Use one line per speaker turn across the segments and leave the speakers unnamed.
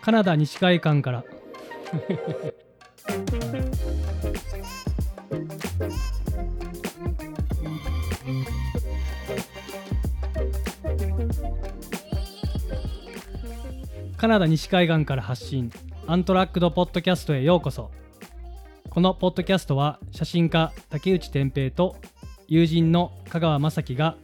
カナダ西海岸からカナダ西海岸から発信アントラックドポッドキャストへようこそこのポッドキャストは写真家竹内天平と友人の香川雅樹が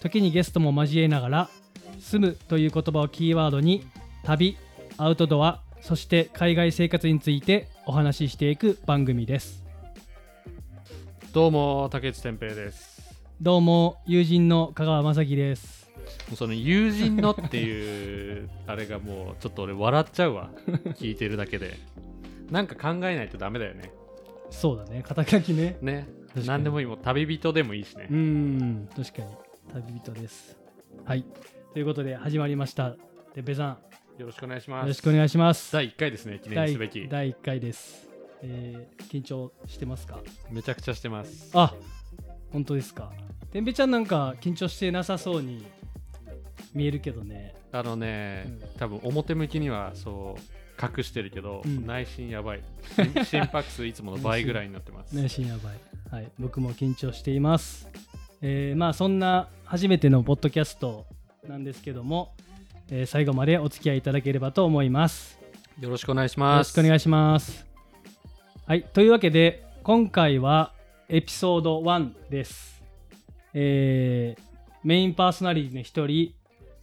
時にゲストも交えながら「住む」という言葉をキーワードに旅アウトドアそして海外生活についてお話ししていく番組です
どうも竹内天平です
どうも友人の香川雅樹です
もうその友人のっていうあれがもうちょっと俺笑っちゃうわ聞いてるだけでなんか考えないとダメだよね
そうだね肩書きね
ね
かに
何でもいいもう旅人でもいいしね
うーん確かに旅人ですはいということで始まりましたてっぺいさん
よろしくお願いします
よろしくお願いします
第1回ですね記念すべき
第第1回です、えー緊張してますか
めちゃくちゃしてます
あ本当ですかてんぺいちゃんなんか緊張してなさそうに見えるけどね
あのね、
う
多分表向きにはそう隠してるけど、
うん
内心やばい心心拍数いつもの倍ぐらいになってます、
内心やばい、はい、僕も緊張しています、えーまあそんな初めてのポッドキャストなんですけども、えー最後までお付き合いいただければと思います
よろしくお願いし
よろ
ま
し
す
くお願いしますはいというわけで今回はエピソード1ですえーメインパーソナリティの一人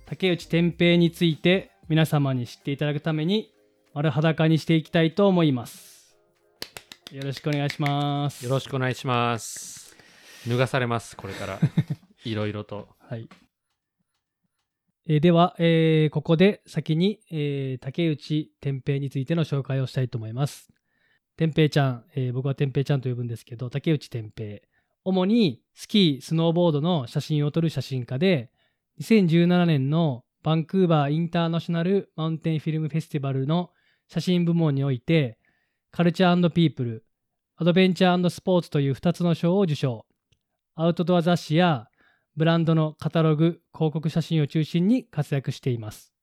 竹内天平について皆様に知っていただくために丸裸にしていきたいと思いますよろしくお願いします
よろしくお願いします。脱がされます、これ から。いろいろと。
はい。えーでは、えーここで先に、えー竹内天平についての紹介をしたいと思います。天平ちゃん、えー僕は天平ちゃんと呼ぶんですけど、竹内天平。主にスキー、スノーボードの写真を撮る写真家で、2017年のバンクーバーインターナショナルマウンテンフィルムフェスティバルの写真部門において、カルチャーピープル、アドベンチャースポーツという2つの賞を受賞。アウトドア雑誌やブランドのカタログ、広告写真を中心に活躍しています。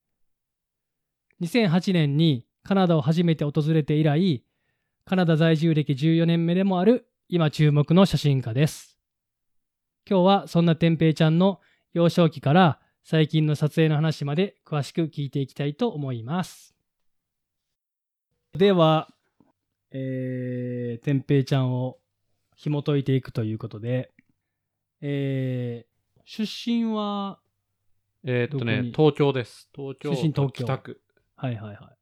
2008年にカナダを初めて訪れて以来、カナダ在住歴14年目でもある今注目の写真家です。今日はそんな天平ちゃんの幼少期から最近の撮影の話まで詳しく聞いていきたいと思います。では、えー、天平ちゃんを紐解いていくということで、えー出身は、
えーっと
ど
ね、東京です。東京。
出身東京
北区。
はいはいはい。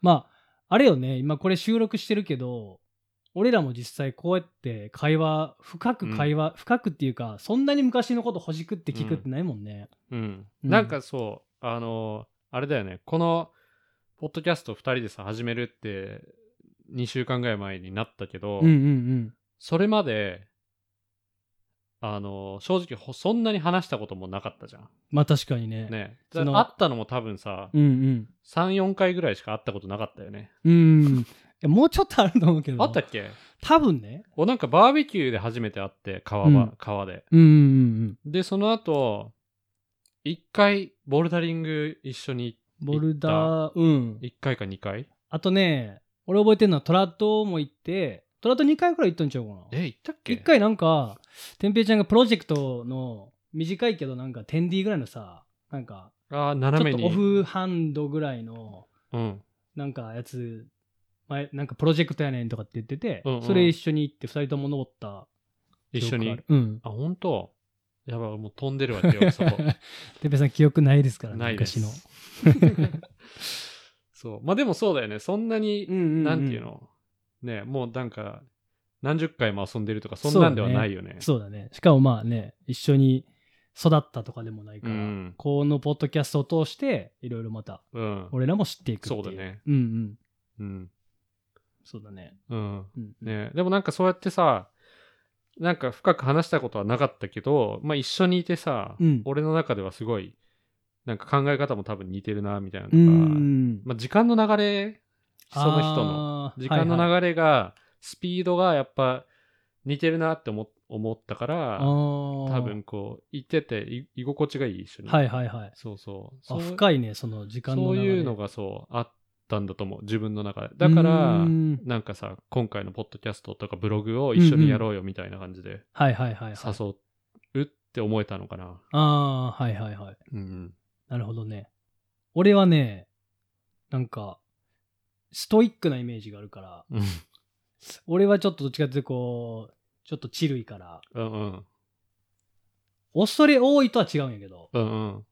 まあ、あれよね、今これ収録してるけど、俺らも実際こうやって会話、深く会話、深くっていうか、そんなに昔のことほじくって聞くってないもんね。
うん。
うん
なんかそう、あの、あれだよね、この、ポッドキャスト2人でさ、始めるって、2週間ぐらい前になったけど、
うん、うん、うん
それまで、あの、正直ほ、そんなに話したこともなかったじゃん。
まあ確かにね。
ね。
その
あったのも多分さ、
うん
3、4回ぐらいしか会ったことなかったよね。
うん。うん。いやもうちょっとあると思うけど。
あったっけ
多分ね。
おなんかバーベキューで初めて会って、川
う
場、
ん
川で。
うんうん
で、その後、一回、ボルダリング一緒に、
うん。ボルダー、うん。
一回か二回
あとね、俺覚えてるのはトラトも行って、トラト2回くらい行ったんちゃうかな。
え、行ったっけ
一回なんか、天平ちゃんがプロジェクトの短いけどなんか 10D ぐらいのさ、なんか、
あー
ち
斜
ょっ
めに。
とオフハンドぐらいの
うん。
なんかやつ、前なんかプロジェクトやねんとかって言ってて、
うんうん
それ一緒に行って二人とも登った
一
記憶が
緒
あ
に
る。。うん。
あ、本当やばい、もう飛んでるわけよ、そこ。
天平さん記憶ないですからね、
ないです
昔の。。
そう。まあでもそうだよね。そんなに、
んんん
なんていうのね、もうなんか、何十回も遊んでるとか、そんなんではないよね。
そうだね。しかもまあね、一緒に育ったとかでもないから、
うん
このポッドキャストを通して、いろいろまた
うん。
俺らも知っていくっていう。
そうだね。
うんうん。
うん。
そうだね。
うん。
うんうん
ね、でもなんかそうやってさなんか深く話したことはなかったけど、まあ、一緒にいてさ、
うん
俺の中ではすごいなんか考え方も多分似てるなみたいなの
う
が、
ん。
まあ、時間の流れその人の
の
時間の
れ
流れが、スピードがやっぱ似てるなって思思ったから多
多
分こう行っててい居心地がいい一緒に、
はいはいはい
そうそう
あ
そう
深いねその時間の
そう
流れ
いうのがそうあったんだと思う自分の中でだから
うん
なんかさ今回のポッドキャストとかブログを一緒にやろうよみたいな感じで
はいはいはい、はい。
誘うって思えたのかな、
ああ、はいはいはい。
うん、
なるほどね。俺はね、なんか、ストイックなイメージがあるから、
うん
俺はちょっとどっちかっていうとこう、ちょっとチルいから、
うんうん
恐れ多いとは違うんやけど、
うんうん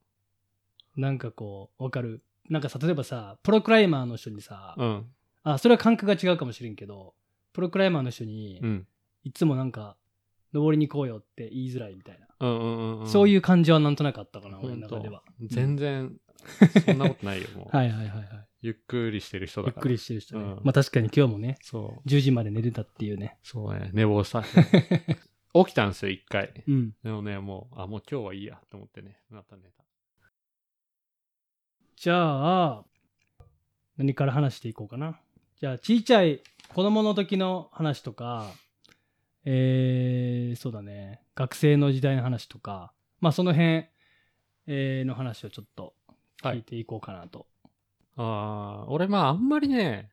なんかこう、わかる。なんかさ、例えばさ、プロクライマーの人にさ、
うん
あ、それは感覚が違うかもしれんけど、プロクライマーの人に、
うん
いつもなんか、登りに行こうよって言いづらいみたいな、
うんうんうん
そういうう感じはなんとなくあったかな、俺の中
本
で
当
は。
全然そんなことないよもう、
はいはいはいはい。
ゆっくりしてる人
ゆ
だ
っ
から
くりしてる人ね。
うん
まあ確かに今日もね、
そう
10時まで寝てたっていうね。
そうね、寝坊 した。起きたんですよ、一回。
うん。
でもね、もう、あ、もう今日はいいやと思ってね、また寝た。
じゃあ、何から話していこうかな。じゃあ、ちいちゃい子供の時の話とか、えー、そうだね、学生の時代の話とか、まあその辺、えーの話をちょっと聞いていこうかなと。
ああ、俺まああんまりね、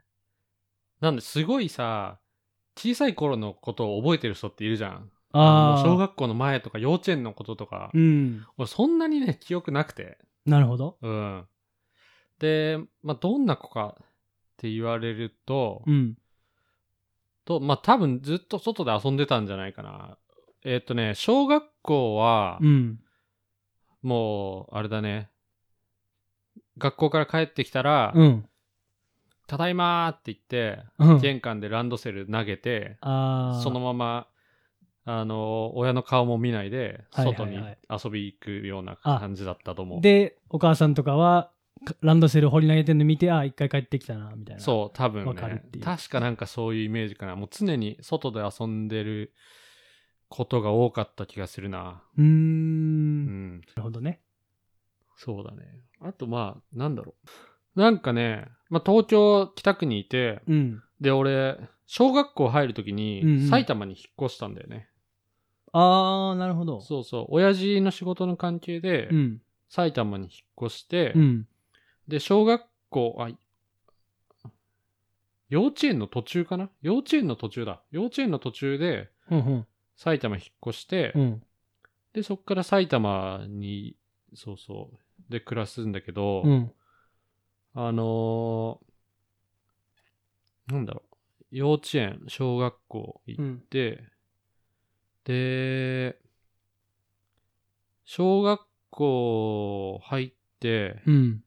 なんで、すごいさ、小さい頃のことを覚えてる人っているじゃん。
あ
も
あ、
う小学校の前とか幼稚園のこととか、
うん。
俺そんなにね、記憶なくて。
なるほど。
うん。で、まあどんな子かって言われると、
うん。
と、まあ多分ずっと外で遊んでたんじゃないかな。えっ、とね、小学校は、
うん。
もう、あれだね。学校から帰ってきたら、
うん。
ただいまーって言って、
うん、
玄関でランドセル投げて、
ああ、
そのまま、あの、親の顔も見ないで、
はいはい
外に
はい
遊び行くような
あ
感じだったと思う。
で、お母さんとかは、かランドセル掘り投げてんの見て、ああ、一回帰ってきたな、みたいな。
そう、多分
わかる
ね
っていう
確かなんかそういうイメージかな。もう常に外で遊んでることが多かった気がするな。
う。うー。
うん。
なんるほどね。
そうだね。あと、まあ、なんだろう。なんかね、まあ、東京北区にいて、
うん。
で、俺、小学校入るとき
うんうん
に埼玉に引っ越したんだよね。
ああ、なるほど。
そうそう。親父の仕事の関係で
うん。
埼玉に引っ越して、
うん。
で、小学校、あ、い幼稚園の途中かな幼稚園の途中だ。幼稚園の途中で
うんうん。
埼玉引っ越して、
うん。
で、そっから埼玉に、そうそう、で暮らすんだけど、
うん。
あのーなんだろう。幼稚園、小学校行っ
うん。
で、で、小学校入って、
うん。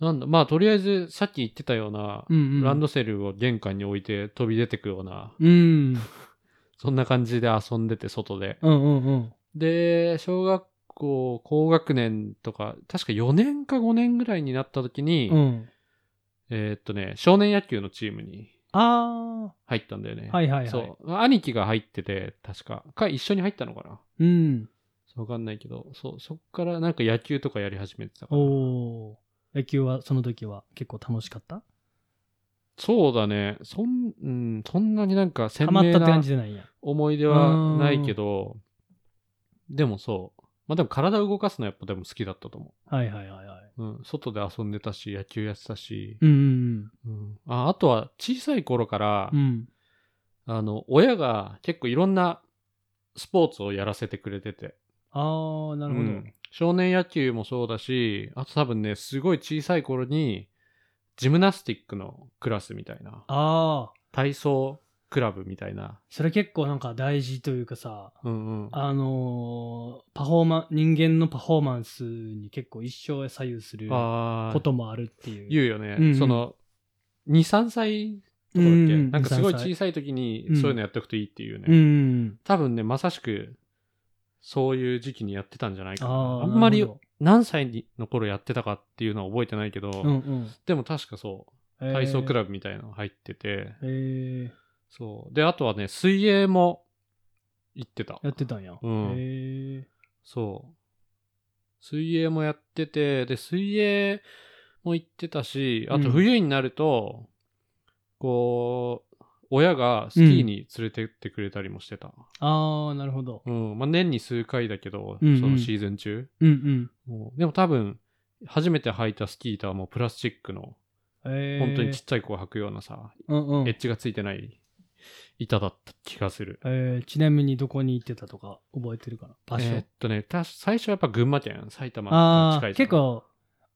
なんだ、まあとりあえずさっき言ってたような、
うん。
ランドセルを玄関に置いて飛び出てくような、
うん。
そんな感じで遊んでて外で。
うんうんうん。
で、小学校高学年とか、確か4年か5年ぐらいになった時に、
うん。
えーっとね、少年野球のチームに
あ
入ったんだよね。
あ。はいはいはい。
そう。兄貴が入ってて、確か。か、一緒に入ったのかな。
う。うん。
わかんないけど、そう、そっからなんか野球とかやり始めてたから。
おお。野球はその時は結構楽しかった
そうだね。そん、うん、そんなになんか鮮
ハマっ
明
たって感
な
じじゃないんや。
思い出はないけど、でもそう。まあでも体を動かすのはやっぱでも好きだったと思
はいはいはいはい。
う。うん、外で遊んでたし、野球やってたし、
うんうん
うんああとは小さい頃から、
うん。うん。
あの、親が結構いろんなスポーツをやらせてくれてて、
ああ、なるほ
う
ど。
ん少年野球もそうだし、あと多分ね、すごい小さい頃に、ジムナスティックのクラスみたいな、
ああ。
体操クラブみたいな、
それ結構なんか大事というかさ、
うんうん、
あのーパフォーマン、人間のパフォーマンスに結構一生左右するこ
あー
ともあるっていう。
言うよね、
うんうん
その、2、3歳とかだっけ、
うんうん
なんかすごい
2 3歳
小さい時に
うん
そういうのやっとくといいっていうね、
うん。
多分ね、まさしく、そういう時期にやってたんじゃないかな。
あ
あ
あ。
んま
な
り
るほ
何歳の頃やってたかっていうのは覚えてないけど、
どうんうん。
でも確かそう、体操クラブみたいなの入ってて、
ブ。へえ
そう。で、あとはね、水泳も行ってた。
やってたんや。
うん
へえ
そう。水泳もやってて、で、水泳も行ってたし、あ
うん
と冬になると、こう、親がスキーに連れてってくれたりもしてた。
ああ、なるほど。
うん。まあ、年に数回だけど、
うんうん
そのシーズン中。
うん
もうでも多分、初めて履いたスキー板はもうプラスチックの、
えー、
本当にちっちゃい子が履くようなさ、
うんうん
エッジがついてない板だった気がする。
えーちなみにどこに行ってたとか覚えてるかな場所、
えーっとね、た最初はやっぱ群馬県、埼玉の
あ
近
あ
いじゃん
結。構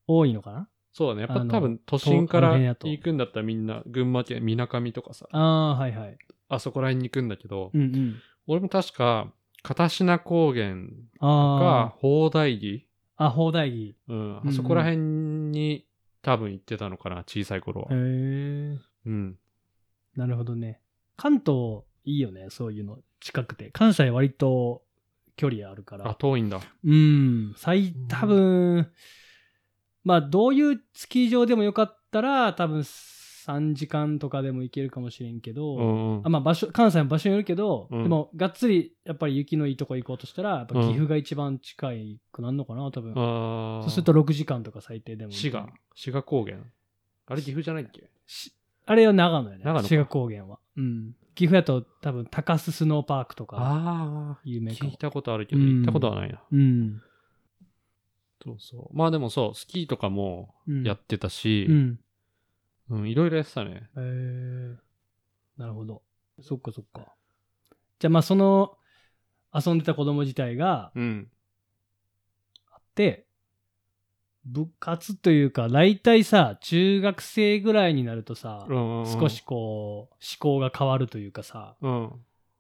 多いのかな
そうだね。やっ
あ
ぱ
の
多分都心か
あの
ら
辺やと
行くんだったらみんな群馬県、みなかみとかさ、
ああーはいはい
あそこら辺に行くんだけど、
うんうん
俺も確か、片品高原
あ
か砲台木、
ああ砲台木
うん、
うん
あそこら辺に多分行ってたのかな、小さい頃は
へえ。ー、
うん。
なるほどね関東いいよねそういうの近くて関西割と距離あるから
あ、遠いんだ。
うん、最
ん
多分、まあどういうスキー場でもよかったら多分3時間とかでも行けるかもしれんけど、
うんうん
あまあ、場所関西の場所によるけど、
うん
でもがっつりやっぱり雪のいいとこ行こうとしたらやっぱ岐阜が一番近いくなんのかな多分、
あー
そうすると6時間とか最低でも
滋賀、滋賀高原。あれ岐阜じゃないっけ
しあれは長野やね
長野か
滋賀高原は、うん、岐阜やと多分高須スノーパークとか
あ
有
あ、
名か
聞
も
いたことあるけど、
うん
行ったことはないな。
うん
そうそう。まあでもそう、スキーとかも
うん
やってたし
う、ん
うん、いろいろやってたね。
へえなるほど。そっかそっか。じゃあまあその遊んでた子供自体が
うん。
あって、部活というか、大体さ、中学生ぐらいになるとさ、少
少
し。こう、思考が変わるというかさ、
うん。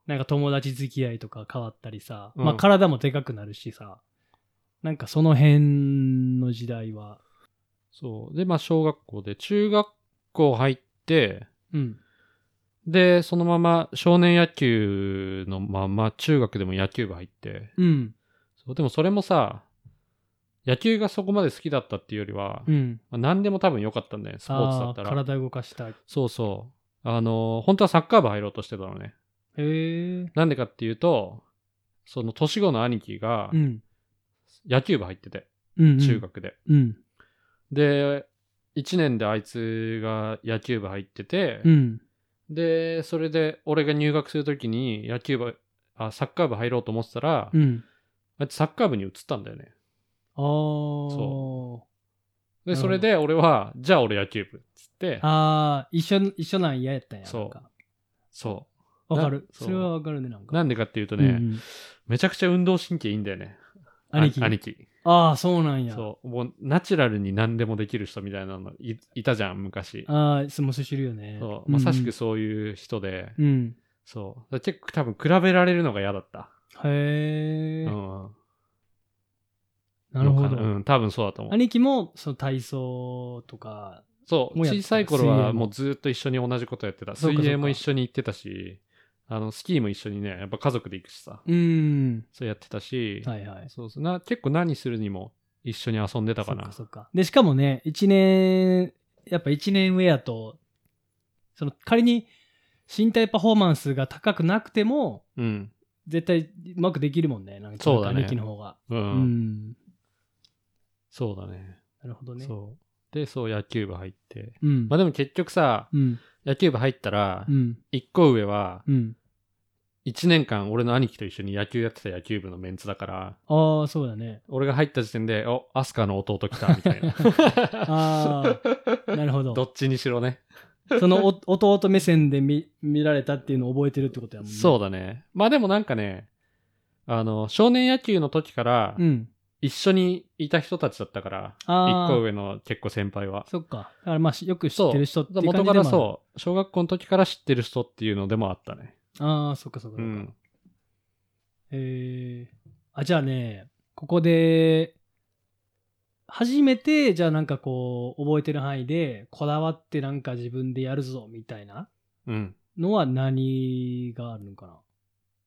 なんか友達付き合いとか変わったりさ、
うん
まあ体もでかくなるしさ、なんかその辺の時代は、
そう。で、まあ小学校で、中学校入って、
うん。
で、そのまま少年野球のまま中学でも野球部入って、
うん。
そうでもそれもさ、野球がそこまで好きだったっていうよりは、
うん。
まあ何でも多分良かったんだよね、スポーツだった
あー
ら。
体動かしたい。
そうそう。あのー本当はサッカー部入ろうとしてたのね。
へえ。
なんでかっていうと、その年後の兄貴が
うん。
野球部入ってて、
うんうん
中。学で。
うん。
で、1年であいつが野球部入ってて、
うん。
で、それで俺が入学するときに野球部、あ、サッカー部入ろうと思ってたら、
うん。
あいつサッカー部に移ったんだよね。
ああ。
そで、
なるほど
それで俺は、じゃあ俺野球部っつって、
ああ、一緒、一緒なん嫌やったんや。
そう
なんか
そ
わかる。
な
それはわかるね、なん
う。
か。
なんでかっていうと
うん
ね、
うん
めちゃくちゃ運動神経いいんだよね。
兄貴。
あ兄貴。
ああ、そうなんや。
そう。もうナチュラルに何でもできる人みたいなのいいたじゃん、昔。
ああ、すもす知るよね。
そう。
ん
まさしく。そういう人で、
うん。
そう。だから結構多分比べられるのが嫌だった。
へえ
う。ん。
なるほ
のかな
ど。
うん、多分そうだと思う。
兄貴も、その体操とか、
そう。
もうやって
小
た
さい頃
水泳も
はもうずっと一緒に同じことやってた。
そうかそう
水
か
泳も一緒に行ってたし、あの、スキーも一緒にね、やっぱ家族で行くしさ、
うん。
そうやってたし、
はいはい。
そうそうな結構何するにも一緒に遊んでたか
そっ
な。
かそっか。で、しかもね、一年、やっぱ一年上やと、その、仮に身体パフォーマンスが高くなくても、
うん。
絶対うまくできるもんね。なんか
そうだね
兄貴の方が。
うん。
うん。
そうだね
なるほどね。
そう。で、そう、野球部入って。
う。ん。
まあでも結局さ、
うん。
野球部入ったら
う、ん。
一個上は、
うん。
一年間俺の兄貴と一緒に野球やってた野球部のメンツだから、
ああ、そうだね。
俺が入った時点で、お、アスカの弟来た、みたいな。
あ あ、なるほ
ど
ど。
っちにしろね。
そのお弟目線で見見られたっていうのを覚えてるってことやもんね。
そうだね。まあでもなんかね、あの、少年野球の時から
う、ん。
一緒にいた人たちだったから、
ああ
一個上の結構先輩は。
そっか。だからまあしよく知ってる人っていう感じ
元
でもあ
か
る
らそう、小学校の時から知ってる人っていうのでもあったね。
ああ、そっかそっかそっ
う
か。
ん。
えー、あ、じゃあね、ここで、初めて、じゃあなんかこう、覚えてる範囲で、こだわってなんか自分でやるぞ、みたいな
うん。
のは何があるのかな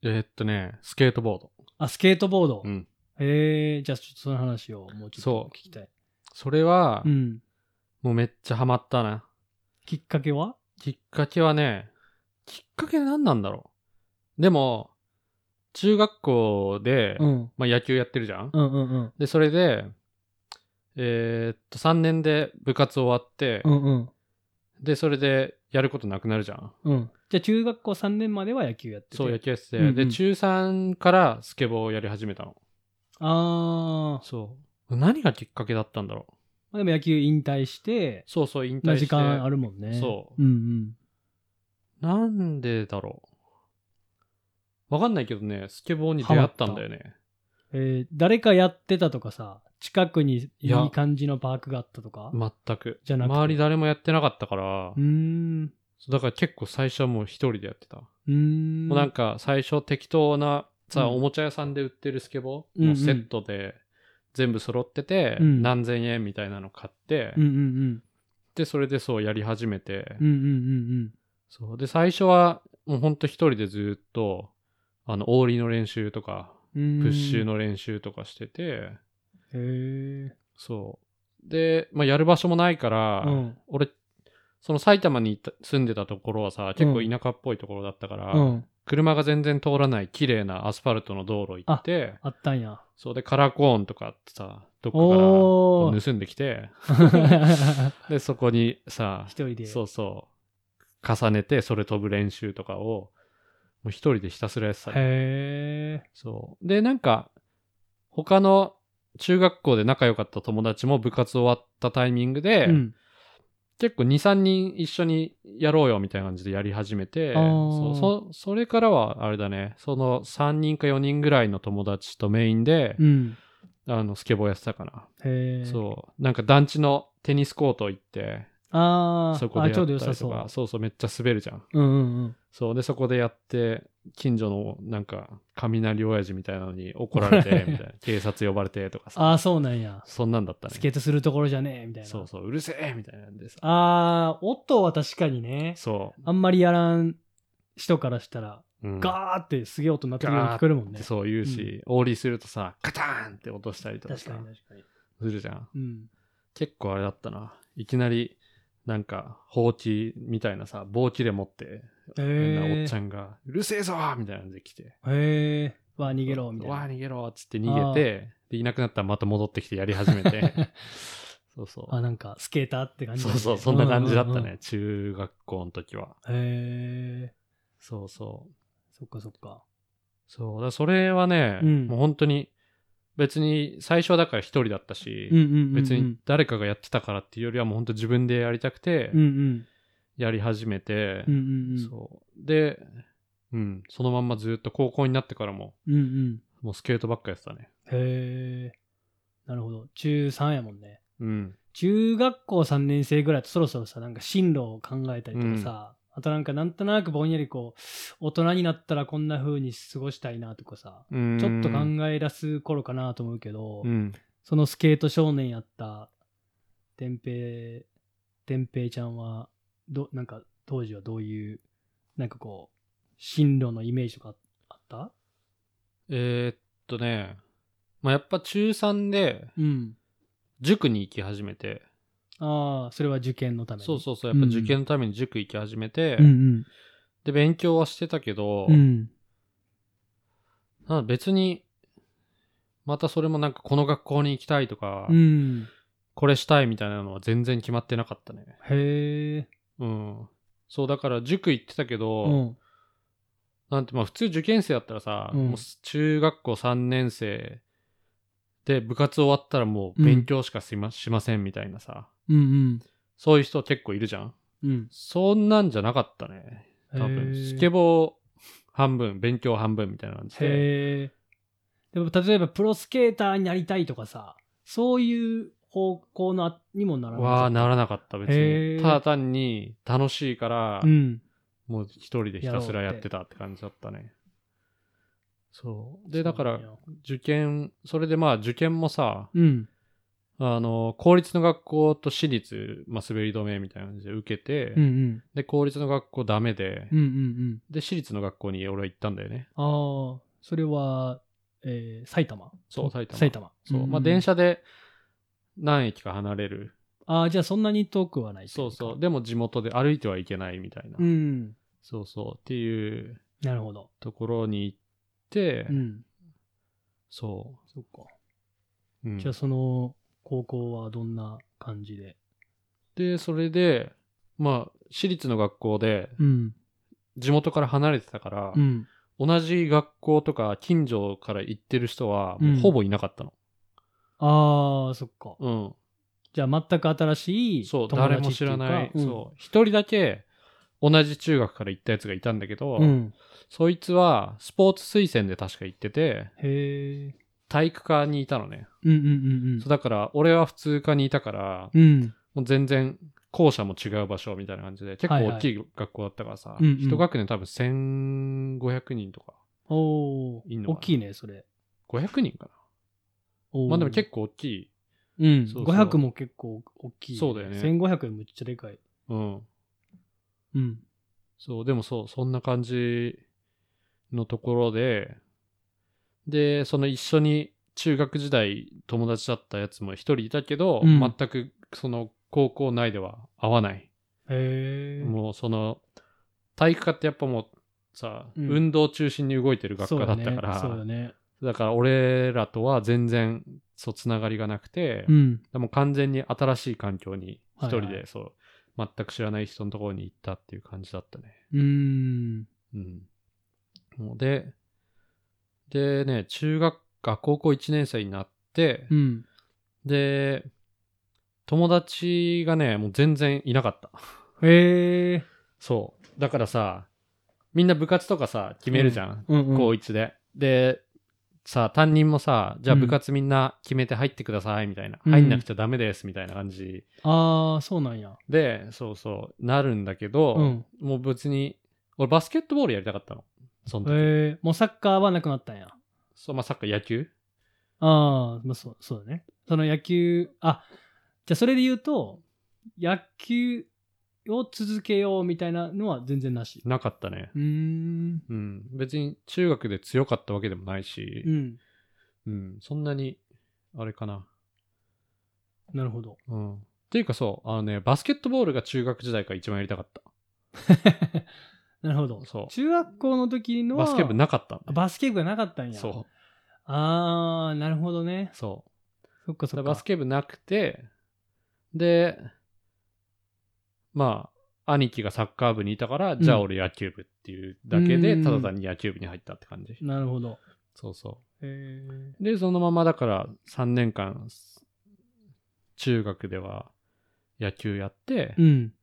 えーっとね、スケートボード。
あ、スケートボード。
うん。
へえじゃあちょっとその話をもうちょっと
そう
聞きたい。
それは、
うん。
もうめっちゃハマったな。
きっかけは
きっかけはね、きっかけ何なんだろう。でも、中学校で、
うん。
まあ野球やってるじゃん、
うんうんうん。
で、それで、えーっと、3年で部活終わって、
うんうん。
で、それでやることなくなるじゃん。
うん。じゃあ中学校3年までは野球やってて。
そう、野球やってて、
うんうん
で、中3からスケボーをやり始めたの。
ああ。
そう。何がきっかけだったんだろう。
まあ、でも野球引退して、
そうそう、引
な
退して。
時間あるもんね。。
そう
うん
なんでだろう。わかんないけどね、スケボーに出会ったんだよね。
うん。えー誰かやってたとかさ、近くにい
いや
い感じのパークがあったとか。
全く。
じゃなくて
周り誰もやってなかったから、
うーん。
そうだから結構最初はもう一人でやってた。
うーん。
もうなんか最初適当なさ、
うん
おもちゃ屋さんで売ってるスケボ
う
ー
んう
の
ん
セットで全部揃ってて、
うん
何千円みたいなの買って、
うんうんうん。
でそれでそうやり始めて、
うんうんうん
そうで最初はもうほんと一人でずっとあのオーリの練習とか
うん。うーん
プッシュ。の練習とかしてて、
へえ。
そうで、まあ、やる場所もないから、
うん
俺その埼玉にいた住んでたところはさ結構田舎っぽいところだったから、
うん。
車が全然通らない綺麗なアスファルトの道路行って
あったんや。
そうで、カラーコーンとかってさ、どっかから
お
こ
ー
う盗んできて、で、そこにさ
一、人で。
そうそう、重ねて、それ飛ぶ練習とかを、もう一人でひたすらやってたね、
へえ。
そう。で、なんか、他の中学校で仲良かった友達も部活終わったタイミングで、
うん。
結構2、3人一緒にやろうよみたいな感じでやり始めて、
あー
そうそそれからはあれだね、その3人か4人ぐらいの友達とメインで、
うん。
あの、スケボーやってたかな。
へえ。う。
そう。なんか団地のテニスコート行って、
ああ、
そこでや
あ
っ
ち
た
ょ
り
うど良
とか、
さ
そ
そうう。
そうめっちゃ滑るじゃん。
うんうんうん。
そう。で、そこでやって、近所のなんか、雷親父みたいなのに怒られて、 みたいな。警察呼ばれてとかさ。
ああ、そうなんや。
そんなんだったね。
スケートするところじゃねえみたいな。
そうそう、うるせえみたいなんでさ。
ああ、音は確かにね、
そう。
あんまりやらん人からしたら、
うん
ガーってすげえ音鳴ってるように聞こえるもんね。
そう言うし、オーリーするとさ、カターンって落としたりとか
確か
さ
に、確かに。
するじゃん。
うん。
結構あれだったな。いきなり、なんか、放置みたいなさ、棒切れ持って、変なおっ
へ
ちゃんが、うるせえぞーみたいなので来て。
え。へえ。わあ、逃げろ、みたい
わあ、
な。
逃げろっつって逃げて、で、いなくなったらまた戻ってきてやり始めて。 そうそ
あ、
う。
なんか、スケーターって感じ
そ
だ
う
ね。
そう、そんな感じだった
うんうんうん
ね。。中学校の時は。
へえ。
そうそう。
そっかそっか。
そう。だからそれはね、
うん
もう本当に、別に最初はだから一人だったし、
うんうんうんうん。
別に。誰かがやってたからっていうよりはもう本当自分でやりたくて
うんうん。
やり始めて、
うんうんうん。
そうで、うん、そのまんまずっと高校になってからも
うんうん。
もうスケートばっかやってたね
へえ。なるほど。中3やもんね。
うん
中学校3年生ぐらいとそろそろさなんか進路を考えたりとかさ、あとなんかなんとなくぼんやりこう大人になったらこんな風に過ごしたいなとかさ
うん
ちょっと考え出す頃かなと思うけど、
うん
そのスケート少年やった天平天平ちゃんはどなんか当時はどういうなんかこう進路のイメージとかあった
えー、っとね、まあ、やっぱ中3で
うん
塾に行き始めて
ああそれは受験のために
そう
う
そうそうやっぱ受験のために塾行き始めて、
うん
で勉強はしてたけど、
うんうん
なんか別にまたそれもなんかこの学校に行きたいとか、
うん
これしたいみたいなのは全然決まってなかったね
へえ
うん。そう、だから塾行ってたけど、
うん
なんて、まあ普通受験生だったらさ、
うん
もう中学校3年生で部活終わったらもう勉強しかしま,、しませんみたいなさ、
うん
そういう人結構いるじゃん。
うんうん
そんなんじゃなかったね。多
へ
分、
ー
スケボー半分、勉強半分みたいな感じで。
へえ。でも例えばプロスケーターになりたいとかさ、そういう方向のあにもならない。
わあ、ならなかった、別
へ
に。
ー
ただ単に楽しいから、
うん。
もう一人でひたすら
や
や
ろう
っ
って
てたって感じだったね。そう。
そう
で、だから
なん、や
受験、それでまあ受験もさ、
うん。
あの、公立の学校と私立、まあ、滑り止めみたいな感じで受けて、
うんうん。
で、公立の学校ダメで、
うんうんうん。
で、私立の学校に俺は行ったんだよね。
ああ、それは、えー、埼玉。
そう埼玉
埼玉。
そう。
んんん
まあ、電。車で何駅か離れる。
ああ、じゃあそんなに遠くはないとい
そう
か。
うそう。でも地元で歩いてはいけないみたいな。
うん。
そうそう。っていう
なるほど。
ところに行って、
うん。
そ
そっか。
う、うん
じゃあその高校はどんな感じで。
で、それで、まあ、私立の学校で、
うん。
地元から離れてたから、
うん。
同じ学校とか近所から行ってる人は、
うん
もうほぼいなかったの。
ああ、そっか。
うん。
じゃあ全く新しい
そ
友
う、
達
誰も知らない。
っていうか
そう。一人だけ、同じ中学から行ったやつがいたんだけど、
うん。うん
そいつは、スポーツ推薦で確か行ってて、
へえ。
体育科にいたのね。
うんうんうん
そうだから、俺は普通科にいたから、
うん。うん。
もう全然、校舎も違う場所みたいな感じで、結構大きい学校だったからさ、
うんうん
一学年多分1500人とか、
おお
いいのか
大
な
きいね、それ。
500人か
お
な。
ー
まあでも結構大きい。
うん、
そうそう
500も結構大きい、
そうだよね
1500円むっちゃでかい。
うん。
うん。
そう、でもそう、そんな感じのところで、で、その一緒に中学時代友達だったやつも一人いたけど、
うん
全くその高校内では会わない。
へえ。
もうその、体育科ってやっぱもうさ、
うん
運動中心に動いてる学科だったから、
そうだね。
だから俺らとは全然そうつながりがなく
そうだ
て、
ねうん。
でも完全に新しい環境に一人で、
はいはい
そう、全く知らない人のところに行ったっていう感じだったね。
うーん。
うん。ので、でね、中学、あ高校1年生になって、
うん。
で、友達がね、もう全然いなかった。
へえ。
そう。だからさ、みんな部活とかさ、決めるじゃん。
うん、うん。
高1で。で、さ、担任もさ、じゃあ
うん
部活みんな決めて入ってください、みたいな。
うん
入んなくちゃダメです、みたいな感じ
ああ、そうなんや。
で、そうそう、なるんだけど、
うん。
もう別に、俺バスケットボールやりたかったの。その時。
へえ。もうサッカーはなくなったんや。
そう、まあサッカー、野球
ああ、まあそう、そうだね。その野球、あ、じゃあそれで言うと、野球を続けようみたいなのは全然なし。
なかったね。
うーん。
うん。別に中学で強かったわけでもないし
う、ん。
うん、そんなに、あれかな。
なるほど。
うん。っていうかそう、あのね、バスケットボールが中学時代から一番やりたかった。
なるほど。
そう
中学校の時のは
バスケ部なかったんだ
あバスケ部がなかったんや。
そ
あー、なるほどね
う。。そう。
そっか
だか
そっ
ら
か。
バスケ部なくて、で、まあ、兄貴がサッカー部にいたから、
ん
じゃあ俺野球部っていうだけで、
うん
ただ単に野球部に入ったって感じ。
なるほど。
そうそ
へー
う。で、そのままだから3年間、中学では野球やって、
うん。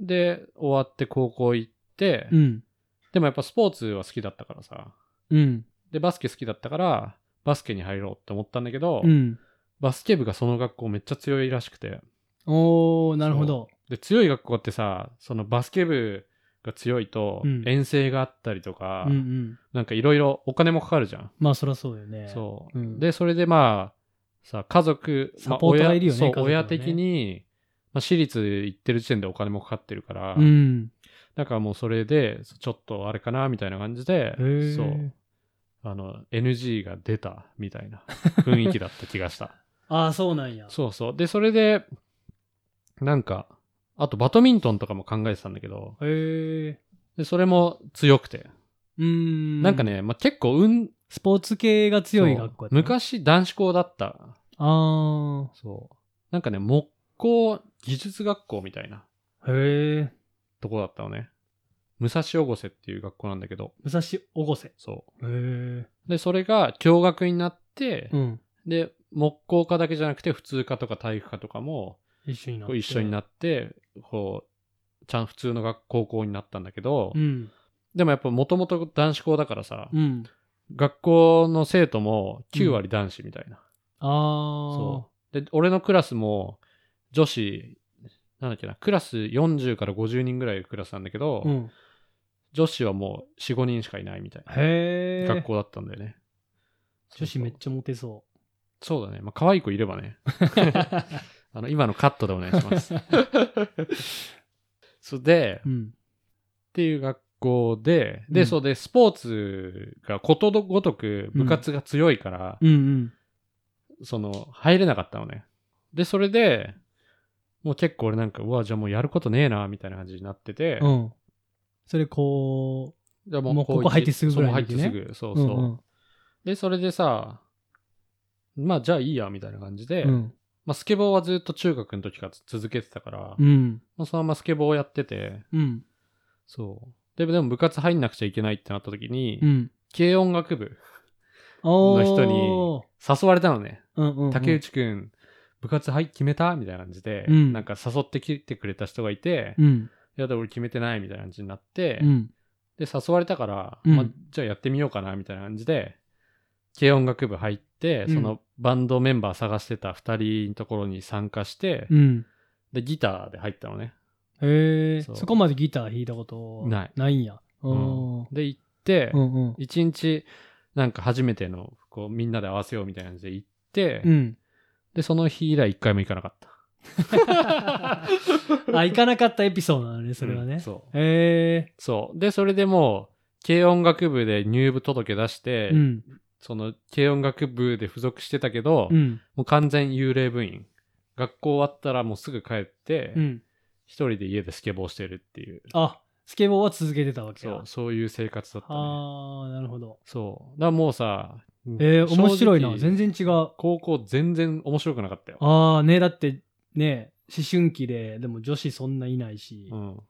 で、終わって高校行って、
うん。
でもやっぱスポーツは好きだったからさ。
うん。
で、バスケ好きだったから、バスケに入ろうって思ったんだけど、
うん。
バスケ部がその学校めっちゃ強いらしくて。
おー、なるほど。
で、強い学校ってさ、そのバスケ部が強いと
うん、
遠征があったりとか、
うんうん。
なんかいろいろお金もかかるじゃん。
まあそりゃそうよね。
そう、
うん
で、それでまあ、さ、家族、
サ
まあ
ポーターがいるよね
親
家族
そう、
のね
親的に、まあ、私立行ってる時点でお金もかかってるから、
うん。
だからもうそれで、ちょっとあれかな、みたいな感じで
へ、ー
そう。。あの、NG が出た、みたいな雰囲気だった気 がした。
あー、そうなんや。
そうそう。で、それで、なんか、あとバドミントンとかも考えてたんだけど、
へー。
でそれも強くて。
うーん。
なんか、ね、まあ、結構、運、
スポーツ系が強い学校やった
そう
ね。
昔男子校だった。
あ
そう。なんかね、木工技術学校みたいな
ー。へー。
とこだったのね。武蔵越瀬っていう学校なんだけど、
武蔵越瀬。
そ
へー。
う。で、それが共学になって、
うん。
で、木工科だけじゃなくて、普通科とか体育科とかも
一緒になっ
こ
て。
う一緒にな
っ
って、こう、ちゃん普通の学高校になったんだけど、
うん。
でもやっぱもともと男子校だからさ、
うん。
学校の生徒も9割男子みたいな。
あー。
そう。で、俺のクラスも女子、なんだっけな、クラス40から50人ぐらいいるクラスなんだけど、
ん。
女子はもう4、5人しかいないみたいな
へー。
学校だったんだよね。
女子めっ
ゃ。
ちゃモテそ
そうだね。まあ、可愛い子いれ ばね。あの、今のカットでお願いします。そうで、
う。うん。
っていう学校で、
う
で、
ん
そうで、スポーツがことごとく部活が強いから、
うんうん。
その、入れなかったのね。で、それで、もう結構俺なんか、うわ、じゃあもうやることねえな、みたいな感じになってて、
うん。それこ
じゃあ
もうここ入ってすぐぐらいの
そう
時
も
ね、
う入ってすぐ、そううそう。
ん
で、それでさ、まあじゃあいいや、みたいな感じで、
うん。
まあスケボーはずっと中学の時から続けてたから、
うん。うん。
もうそのままスケボーをやってて、
うん。
そう。で、でも部活入んなくちゃいけないってなった時に、
うん。
軽音楽部、
おー
の人に誘われたのね。
うんうんうん、
竹内くん、部活はい決めたみたいな感じで、
うん
なんか誘ってきてくれた人がいて、い
うん。
やで俺決めてないみたいな感じになって、
うん。
で誘われたから、
うん
まあ、じゃあやってみようかなみたいな感じで軽音楽部入って、
うん
そのバンドメンバー探してた2人のところに参加して、
うん。
でギターで入ったのね
へえ。
そ
そうこまでギター弾いたこと
ない
ないんや。
う
うんん。うん
で行って、
うん。
一日なんか初めてのこうみんなで合わせようみたいな感じで行って、
うん。
でその日以来一回も行かなかった
あ、行かなかったエピソードなの ね、それは
うん
ね。
そう
へえ。
そうでそれでもう軽音楽部で入部届け出して、
うん。
その軽音楽部で付属してたけど、
うん。
もう完全幽霊部員学校終わったらもうすぐ帰って、
うん。
一人で家でスケボーしてるっていう
あ、スケボーは続けてたわけ
そ
や。
うそういう生活だった、ね、
ああ、なるほど。
そうだからもうさ
えー、
正直
面白いな。全然違う。あ
高校全然面白くなかったよ、
あー、ね、だって、ね、思春期で、でも女子そんないないし、
うん、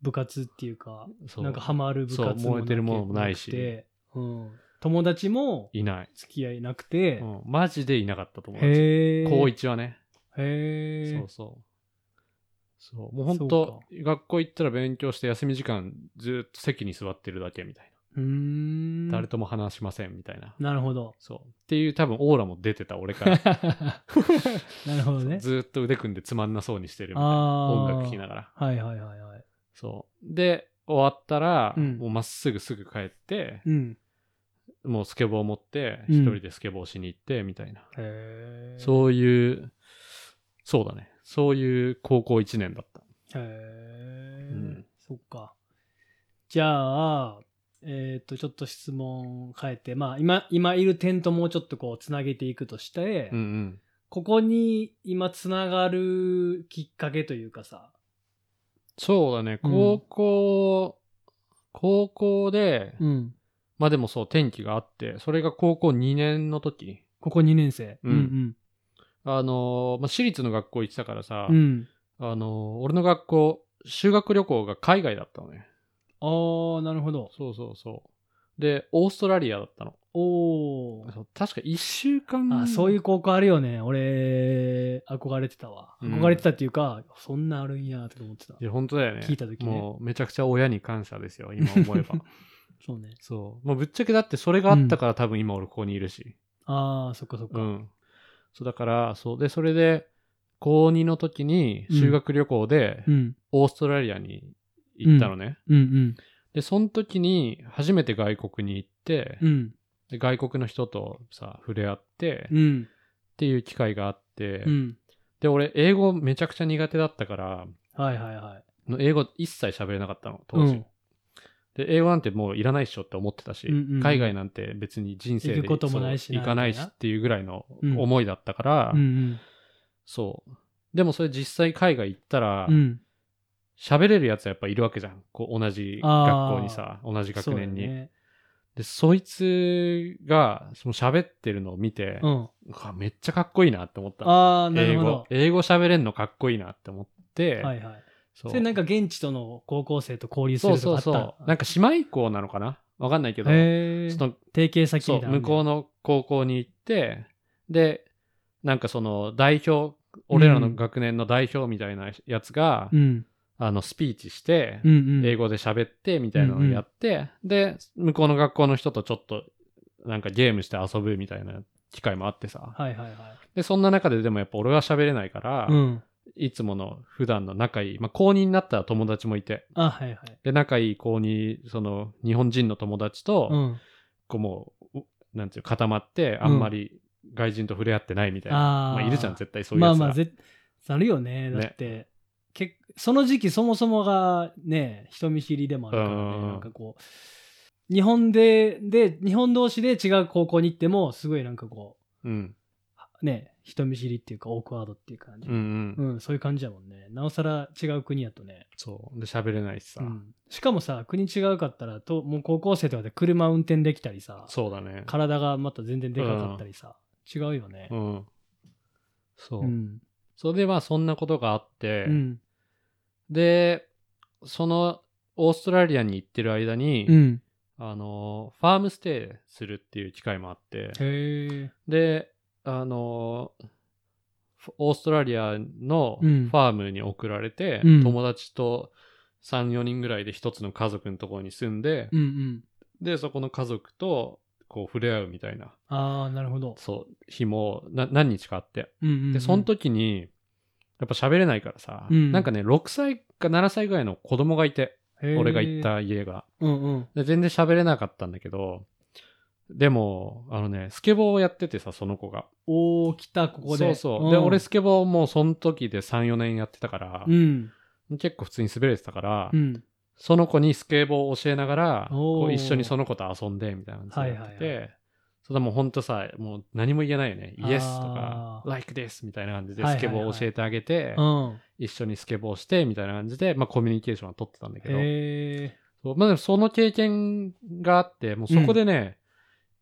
部活っていうか、
そう
なんかハマる部活もなく
そう燃えてるものもないし
くてうん、友達も
いない、
付き合いなくて、
うん、マジでいなかった友達
へえ。
高1はね
へ
そ
え
う。そうそうもう本
そ
当学校行ったら勉強して休み時間ずっと席に座ってるだけみたいう
ーん。
な、誰とも話しませんみたいな
なるほど。
そうっていう多分オーラも出てた俺から
なるほどね。
ずーっと腕組んでつまんなそうにしてるみたいな
あ
音
あ。
楽聴きながら
はいはいはいはい。
そうで終わったら、
うん
もうまっすぐすぐ帰って、
うん。
もうスケボー持って
うん
一人でスケボーしに行ってみたいな、
へえ。
そういうそうだねそういう高校1年だった
へえ、
ん
そっか。じゃあ、えっ、と、ちょっと質問変えて、まあ、今、今いる点ともうちょっとこう、つなげていくとして、
うんうん
ここに今つながるきっかけというかさ、
そうだね
うん
高校、高校で、
ん。
まあでもそう天気があってそれが高校2年の時
ここ2年生。
うんあのーまあ、私立の学校行ってたからさ、
うん。うん。
あのー俺の学校修学旅行が海外だったのね
ああ、なるほど。
そうそうそう。で、オーストラリアだったの。
おー
そう確か1週間
あそういう高校あるよね。俺、憧れてたわ。
うん
憧れてたっていうか、そんなあるんやとか思ってた。
いや、本当だよね。
聞いた時ね
もう、めちゃくちゃ親に感謝ですよ、今思 えば。
そうね。
そう。まあ、ぶっちゃけだって、それがあったから、多分今俺ここにいるし。
ああ、そっかそっか。
うん。そう、だから、そう。で、それで、高2の時に修学旅行で、
うん。
オーストラリアに行ったのね。
うんうん。
で、その時に、初めて外国に行って、
うん。
で外国の人とさ、触れ合って、
う
っ
ん。
ていう機会があって、
うん。
で、俺、英語めちゃくちゃ苦手だったから、
はいはいはい。
の英語一切喋れなかったの、当時。
うん
で、英語なんてもういらないっしょって思ってたし、
うんうんうん
海外なんて別に人生で
行くこともないし
そう行かないし
なんてな
っていうぐらいの
うん
思いだったから、
うん
そう。でもそれ実際海外行ったら
う、ん。
喋、れるやつやっぱいるわけじゃん。こう同じ学校にさ、同じ学
そうだ
年に。
ね。
で、そいつが、その喋ってるのを見て、
うん。
あめっちゃかっこいいなって思ったの。
ああ、な
英
るほ
語
ど。。
英語喋れんのかっこいいなって思って、
はいはい。
そ
そうれなんか現地との高校生と交流す
そう
る
そ
と
う
か
そ
あっ
う。
た
なんか姉妹校なのかなわかんないけど、
へえ
そ。の
提携先
そ
み
う
たいな。
向こうの高校に行って、で、なんかその代表、俺らの学年の代表みたいなやつが、
うん。
あのスピーチして、
うんうん。
英語で喋ってみたいなのをやって、で、向こうの学校の人とちょっと、なんかゲームして遊ぶみたいな機会もあってさ。
はいはいはい。
で、そんな中ででもやっぱ俺は喋れないから、
うん。
いつもの普段の仲いい、まあ高2になったら友達もいて、
あはいはい。
で、仲いい子に、その、日本人の友達と、
うん。
こうもう、おなんていうの固まって、あんまり外人と触れ合ってないみたいな。
ああ。
まあ、いるじゃん、絶対そういう
ま
や
あ
つが。
まあ、ぜなるよね。だって、けその時期そもそもがね、人見知りでもあるから
うん
ね。なんかこう、日本で、で、日本同士で違う高校に行っても、すごいなんかこ
うん。
う、ね、人見知りっていうか、オークワードっていう感じ。
うんうん。
うん、そういう感じやもんね。なおさら違う国やとね。
そう。で、喋れないしさ。
うんしかもさ、国違うかったら、ともう高校生とかで車運転できたりさ、
そうだね。
体がまた全然でかかったりさ、違うよね
う。ん。そう。
うん。
それで、まあ、そんなことがあって、
うん。
で、その、オーストラリアに行ってる間に、
うん。
あの、ファームステイするっていう機会もあって、
へえ。
で、あの、フオーストラリアの
う
フ
ん
ァームに送られて、
うん
友達と3、4人ぐらいで一つの家族のところに住んで、
うんうん。
で、そこの家族と、こう、触れ合うみたいな、
ああ、なるほど。
そう、日もな何日かあって。
うんうんうん、
で、その時に、やっぱ喋れないからさ、
うん
なんかね、6歳か7歳ぐらいの子供がいて、
へー
俺が行っ。た家が。
うんうん。
で全然喋れなかったんだけど、でも、あのね、スケボーをやっててさ、その子が。
おお、来た、ここで。
そうそう。
ん
で、俺、スケボーもうその時で3、4年やってたから、
うん。
結構普通に滑れてたから、
うん。
その子にスケボーを教えながら、
おー
こう一緒にその子と遊んで、みたいな感じでやってて、
はい
それでもうほんとさ、もう何も言えないよね。イエスと
あ、
か
ー
like this みたいな感じで
はい
ス
はい
ケ
はい
ボーを教えてあげて、
うん。
一緒にスケボーして、みたいな感じで、まあコミュニケーションは取ってたんだけど、
へえ。
そうまあでもその経験があって、もうそこでね、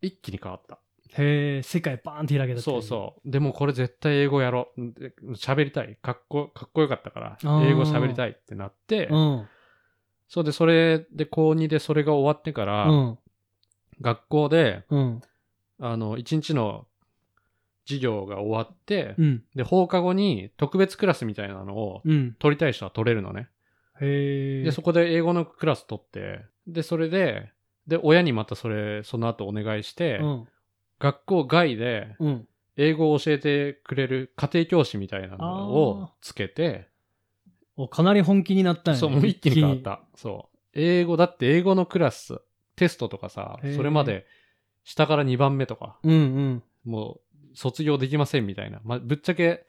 一気に変わった。
へえ、世界バーンって開けたっていう。
そうそう。でもこれ絶対英語やろう。で喋りたい。かっこ、かっこよかったから、
あー
英語喋りたいってなって、
うん。
そうで、それで、高2でそれが終わってから、
うん。
学校で、
うん。
あの、1日の授業が終わって、
うん。
で、放課後に特別クラスみたいなのを
うん。
取りたい人は取れるのね。
へえ。
で、そこで英語のクラス取って、で、それで、で、親にまたそれ、その後お願いして、
うん。
学校外で
うん。
英語を教えてくれる家庭教師みたいなのをつけて、
お、かなり本気になったんやね
そう、もう一気に変わっ。た。そう。英語、だって英語のクラス、テストとかさ
へ、ー
それまで下から2番目とか、
うんうん。
もう卒業できませんみたいな。まあ、ぶっちゃけ、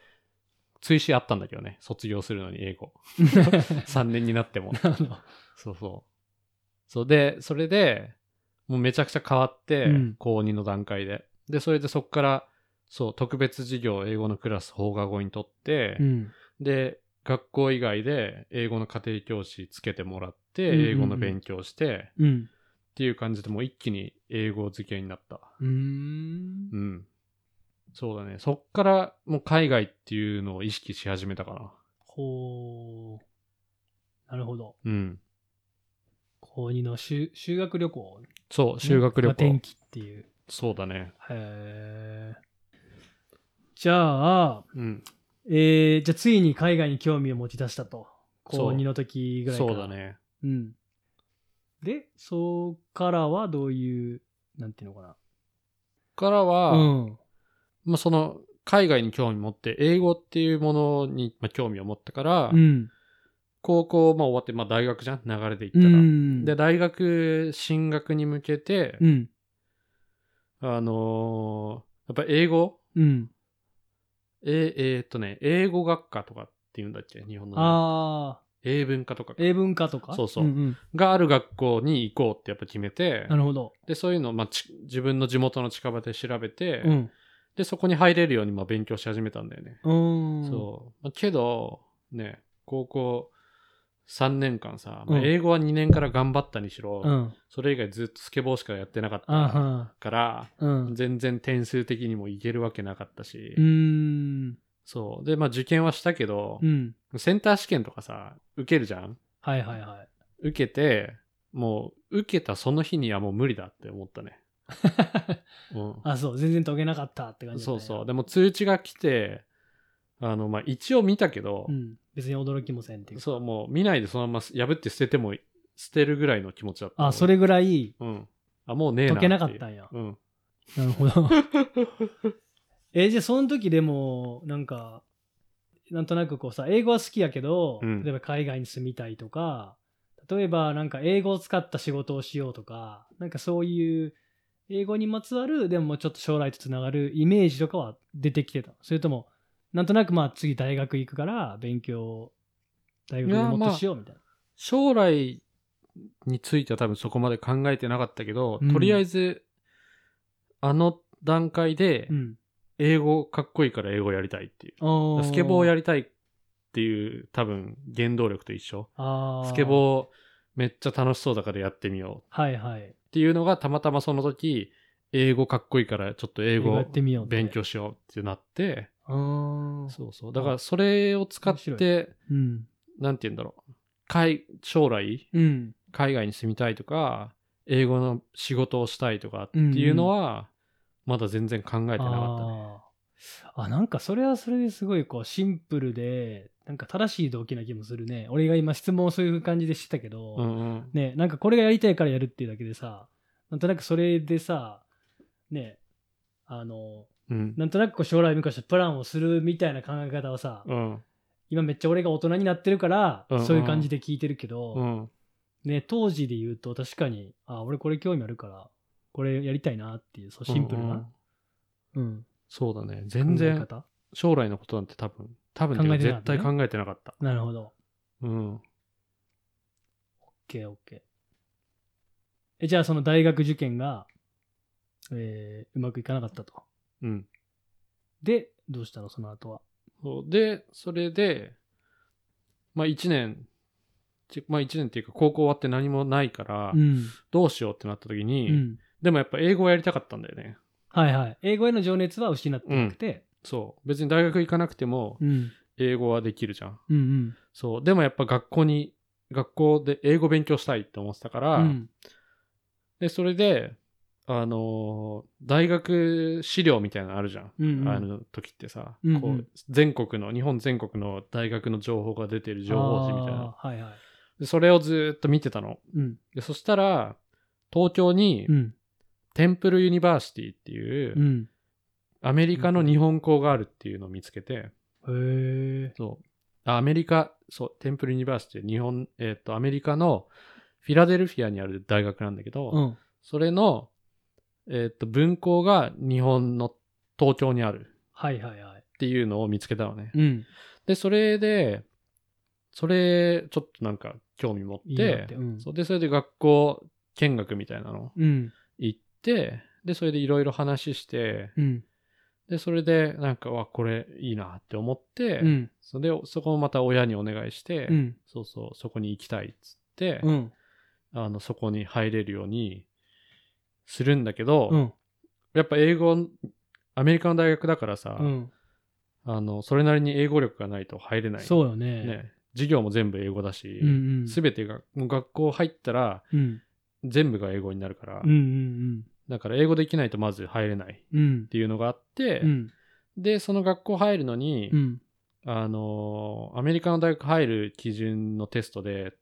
追試あったんだけどね。卒業するのに 英語。3年になっても。
なるほど
そうそう。そうで、それで、もうめちゃくちゃ変わって、
うん
高2の段階で。で、それでそっから、そう、特別授業、英語のクラス、放課後にとって、
うん。
で、学校以外で英語の家庭教師つけてもらって、
うんうんうん
英語の勉強して、
うん。
っていう感じでもう一気に英語漬けになった。
うーん
う。ん。そうだね。そっからもう海外っていうのを意識し始めたかな。
ほう。なるほど。
うん。
高2の修修学旅行、ね。
そう、修学旅
が天
行。
気っていう。
そうだね。
へえ。じゃあ、
うん。
えー、じゃあついに海外に興味を持ち出したと。
そう
高2の時ぐらいか
そ
ら。
うだ。ね。
うん。で、そこからはどういう、なんていうのか
そっから
な。
は、
うん。
まあその、海外に興味持って、英語っていうものに、まあ、興味を持ったから、
うん。
高校、まあ、終わって、まあ、大学じゃん流れで行った
う
ら。
ん。
で、大学進学に向けて、
うん。
あのーやっぱ英語
うん。
え、えーっとね、英語学科とかって言うんだっけ日本のね、
ああ、
英文科とか
英文化とか
そうそうん
ん
がある学校に行こうってやっぱ決めて
な、るほど。
で、そういうのを、まあ、ち自分の地元の近場で調べて、
うん。
で、そこに入れるようにまあ勉強し始めたんだよね。
うん。
そう。まあ、けど、ね、高校3年間さ、まあ
うん
英語は2年から頑張ったにしろ、
うん。
それ以外ずっとスケボーしかやってなかっ
あ
た
は
から、
うん。
全然点数的にもいけるわけなかったし、
うーん。
そう。で、まあ受験はしたけど
う、ん。
センター試験とかさ、受けるじゃん
はいはいはい。
受けて、もう受けたその日にはもう無理だって思っ たね。う
あ、そう、全然解けなかったって感
ん、
じだ
そ
っ
う
たんや
そう。でも通知が来て、あの、まあ一応見たけど、
うん。別に驚きもせんっていうか。
そう、もう見ないでそのまま破って捨てても捨てるぐらいの気持ちだった。
あ、それぐらい
うん。あ、もうねえな
解
て
け
いう
なかったんや。
うん。
なるほど。 え、じゃあその時でも、なんか、なんとなくこうさ、英語は好きやけど、
うん
例えば海外に住みたいとか、例えばなんか英語を使った仕事をしようとか、なんかそういう英語にまつわる、でもちょっと将来とつながるイメージとかは出てきてたのそれとも、なんとなくまあ次大学行くから勉強を大学でもっとしようみたいな。
将来については多分そこまで考えてなかったけど、
うん
とりあえず、あの段階で、
うん
英語かっこいいから英語やりたいっていう。
あー
スケボーやりたいっていう多分原動力と一緒。
あ
スケ
ー。
ボーめっちゃ楽しそうだからやってみよう
はいはい。
っていうのがたまたまその時、英語かっこいいからちょっと英
英語やっ
語
てみようって
勉強しようってなって、
うーん。
そうそう。だからそれを使っ
面
て、
うん。
なんて言うんだろう。海将来、
うん。
海外に住みたいとか、英語の仕事をしたいとかっていうのは、まだ全然考えてなかったね。
ああ、なんかそれはそれですごいこうシンプルで、なんか正しい動機な気もするね。俺が今質問をそういう感じでしてたけど、
うんうん。
ね、なんかこれがやりたいからやるっていうだけでさ、なんとなくそれでさ、ね、あの、
うん。
なんとなくこう将来見越してプランをするみたいな考え方をさ、
うん。
今めっちゃ俺が大人になってるから、
うんうん
そういう感じで聞いてるけど、
うん。
ね、当時で言うと確かに、あ、俺これ興味あるから、これやりたいなっていう、そうシンプル
うんう、
なんうん、
そうだね。全
考え
然、
方
将来のことなんて多分、多分っていう
考
か
えてなかっ
絶
たね
対考えてなかった。
なるほど。
うん。
OKOK。え、じゃあその大学受験が、えーうまくいかなかったと。
うん。
で、どうしたのその後は。
そうで、それで、まあ一年、ちまあ一年っていうか高校終わって何もないから、
うん。
どうしようってなった時
う
に、
ん。
でもやっぱ英語をやりたかったんだよね。
はいはい。英語への情熱は失ってなくて、
そう。別に大学行かなくても
うん、うん、
英語はできるじゃん。
うんうん。
そう。でもやっぱ学校に、学校で英語勉強したいって思ってたから、
うん
で、それで、あのー大学資料みたいなのあるじゃん。
うんうん
あの時ってさ、
うんうん
こう全国の、日本全国の大学の情報が出てる情報誌みたいな。
あーはいはい。
でそれをずーっと見てたの。
うん、
でそしたら、東京に
うん、
テンプルユニバーシティっていう、
うん。
アメリカの日本校があるっていうのを見つけて、
へえ。
そう。あアメリカ、そう、テンプルユニバーシティ、日本、えっ、と、アメリカのフィラデルフィアにある大学なんだけど、
うん。
それの、えっ、と、分校が日本の東京にある
はいはいはい。
っていうのを見つけたのね。
うん。
で、それで、それ、ちょっとなんか興味持って、
いいなってうん
そうで、それで学校見学みたいなの
うん。
行って、で、それでいろいろ話して、
うん。
で、それで、なんか、わ、これいいなって思って、
うん。
それで、そこをまた親にお願いして、
うん。
そうそう、そこに行きたいっつって、
うん。
あの、そこに入れるようにするんだけど、
うん。
やっぱ英語、アメリカの大学だからさ、
うん。
あの、それなりに英語力がないと入れない。
そうよね。
ね。授業も全部英語だし
うん。う、ん。
すべ、てが、もう学校入ったら
うん。
全部が英語になるから、
うん。うん。
だから英語できないとまず入れないっ
うん。
ていうのがあって、
うん。
で、その学校入るのに、
うん。
あのーアメリカの大学入る基準のテストで、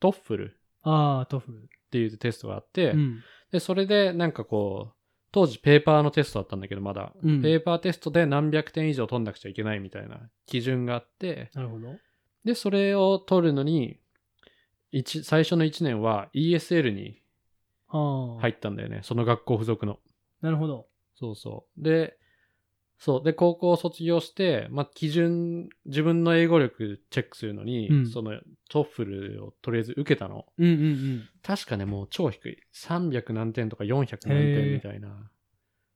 トッフル
ああ、トフル。
っていうテストがあって、
うん。
で、それでなんかこう、当時ペーパーのテストだったんだけど、まだ、
うん
ペーパーテストで何百点以上取んなくちゃいけないみたいな基準があって、
なるほど。
で、それを取るのに、一最初の1年は ESL に
ああ。
入っ。たんだよね。その学校付属の。
なるほど。
そうそう。で、そう。で、高校を卒業して、まあ、基準、自分の英語力チェックするのに、
うん
その、トッフルをとりあえず受けたの。
うんうん
確かね、もう超低い。300何点とか400何
へー
点みたいな。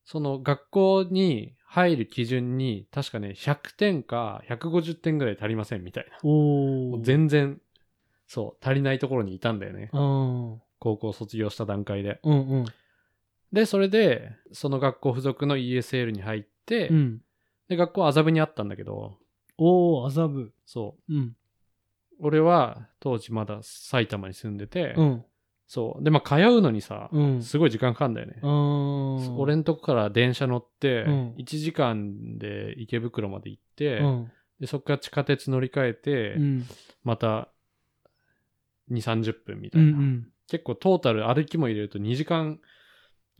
その、学校に入る基準に、確かね、100点か150点ぐらい足りませんみたいな。
うん。お
も
お。
う全然、そう、足りないところにいたんだよね。
ああ。うん
高校卒業した段階で。
うん。
で、それで、その学校付属の ESL に入って、
うん。
で、学校麻布にあったんだけど、
おお、麻布。
そ
うん。
う。俺は当時まだ埼玉に住んでて、
うん。
そう。で、まあ通うのにさ、
うん。
すごい時間かかんだよね。
うん。
俺んとこから電車乗って、
うん
1時間で池袋まで行って、
うん。
でそこから地下鉄乗り換えて、
うん。
また2、30分み
う
たいな、
ん。
結構トータル歩きも入れると2時間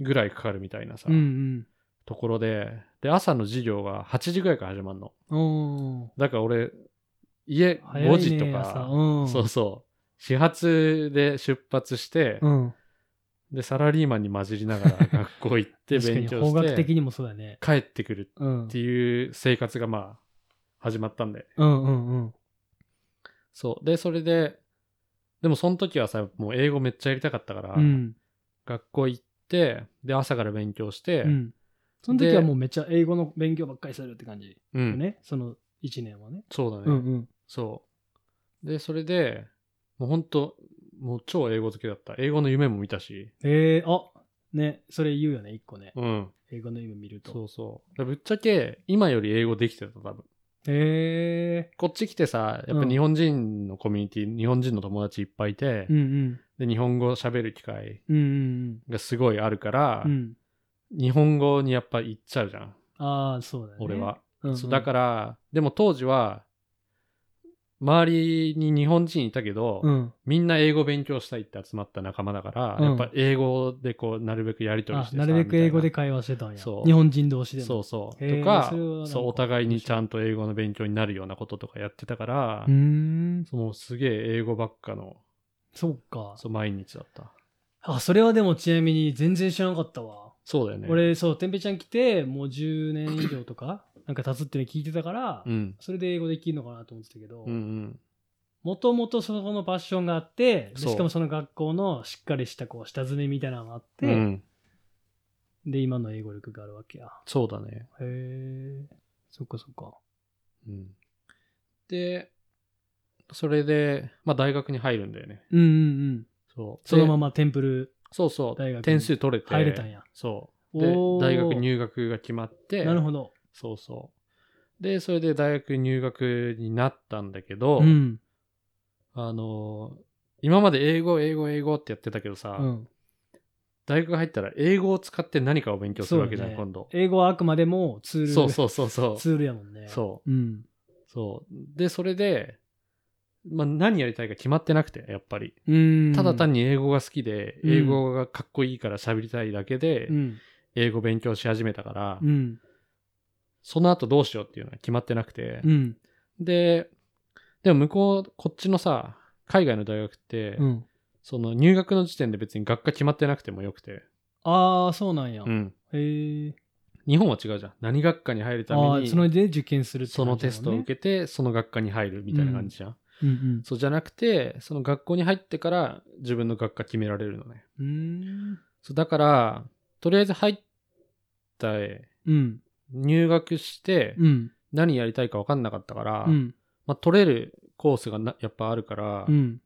ぐらいかかるみたいなさ、
うん。うん。
ところで、で、朝の授業が8時ぐらいから始まるの。
おお。
だから俺、家
早いね
5時と
朝
か、
うん。
そうそう。始発で出発して、
うん。
で、サラリーマンに混じりながら学校行って
確か
勉
に
強
方
し
角的
て、
にもそうだね。
帰ってくる
うん
っ。ていう生活がまあ、始まったんで。
うんうんうん。
そう。で、それで、でもその時はさ、もう英語めっちゃやりたかったから、
うん。
学校行って、で、朝から勉強して、
うん。その時はもうめっちゃ英語の勉強ばっかりするって感じ
うん
よね。その1年はね。
そうだね。
うん
そう。で、それで、もう本当もう超英語好きだった。英語の夢も見たし、
うん。えー、あね、それ言うよね、1個ね。
うん。
英語の夢見る
そ
と。
うそう。だからぶっちゃけ、今より英語できてた、多分。
へえ
こっち来てさ、やっ
う
ぱ
ん
日本人のコミュニティ、日本人の友達いっぱいいて、
ー。うん
で、日本語喋る機会
うん。うん
がすごいあるから、
うんうん。うん。
日本語にやっぱ行っちゃうじゃん。
ああ、そうだよね。
俺は。
うんうん。
そうだから、でも当時は、周りに日本人いたけど、
うん。
みんな英語勉強したいって集まった仲間だから、
うん
やっぱ英語でこう、なるべくやり取り
あ
してさ
なるべく英語で
み
会話してたんや。
そう
日本人同士
たい
で
な
も。
そうそう。
へー
とか
それはなんか
そう、お互いにちゃんと英語の勉強になるようなこととかやってたから、
うーん。
そのすげえ英語ばっかの、
そうか。
そう、毎日だった。
あ、それはでもちなみに全然知らなかったわ。
そうだよね。、
俺、そう、てんぺいちゃん来て、もう10年以上と か、なんか経つっていうの聞いてたから、
うん。
それで英語できるのかなと思ってたけど
うんう、ん。
もともとそこのパッションがあって、で
そう
しかもその学校のしっかりしたこう下積みみたいなのがあっ
う
て、
ん。
で、今の英語力があるわけや。
そうだね。
へえ。そっかそっか。
うん。で、それで、まあ大学に入るんだよね。
うんうんうん。
そう。
そのま
ま。
まテンプル。
そうそう。
大学に
点数取れて。
入れたんや。
そう。で
お、ー
大学入学が決まって。
なるほど。
そうそう。で、それで大学入学になったんだけど、
うん。
あのー、今まで英語、英語、英語ってやってたけどさ、
うん
大学入ったら英語を使って何かを勉強するわけじゃん、
そうね
今度。
英語はあくまでもツール。
そうそうそうそう。
ツールやもんね。。
そう
うん。
そう。で、それで、まあ、何やりたいか決まってなくて、やっぱり。
うん。
ただ単
に、
に英語が好きで、
うん
英語がかっこいいから喋りたいだけで
う、ん。
英語勉強し始めたから、
うん。
その後どうしようっていうのは決まってなくて
う、ん。
で、でも向こう、こっちのさ、海外の大学って、
うん。
その入学の時点で別に学科決まってなくてもよくて、
ああ、そうなんや。
うん
へえ。
日本は違うじゃん。何学科に入るた
あ
め
あ、
に、
そので受験するって
そのテストを受
け
けて、その学科に入るみたいな感じじゃん。
うん
そうじゃなくて、その学校に入ってから自分の学科決められるのね。
うん。うん。
そうだから、とりあえず入った絵、
うん。
入学して
うん。
何やりたいか分かんなかったから、
うん。
まあ、取れるコースがなやっぱあるから、
うん。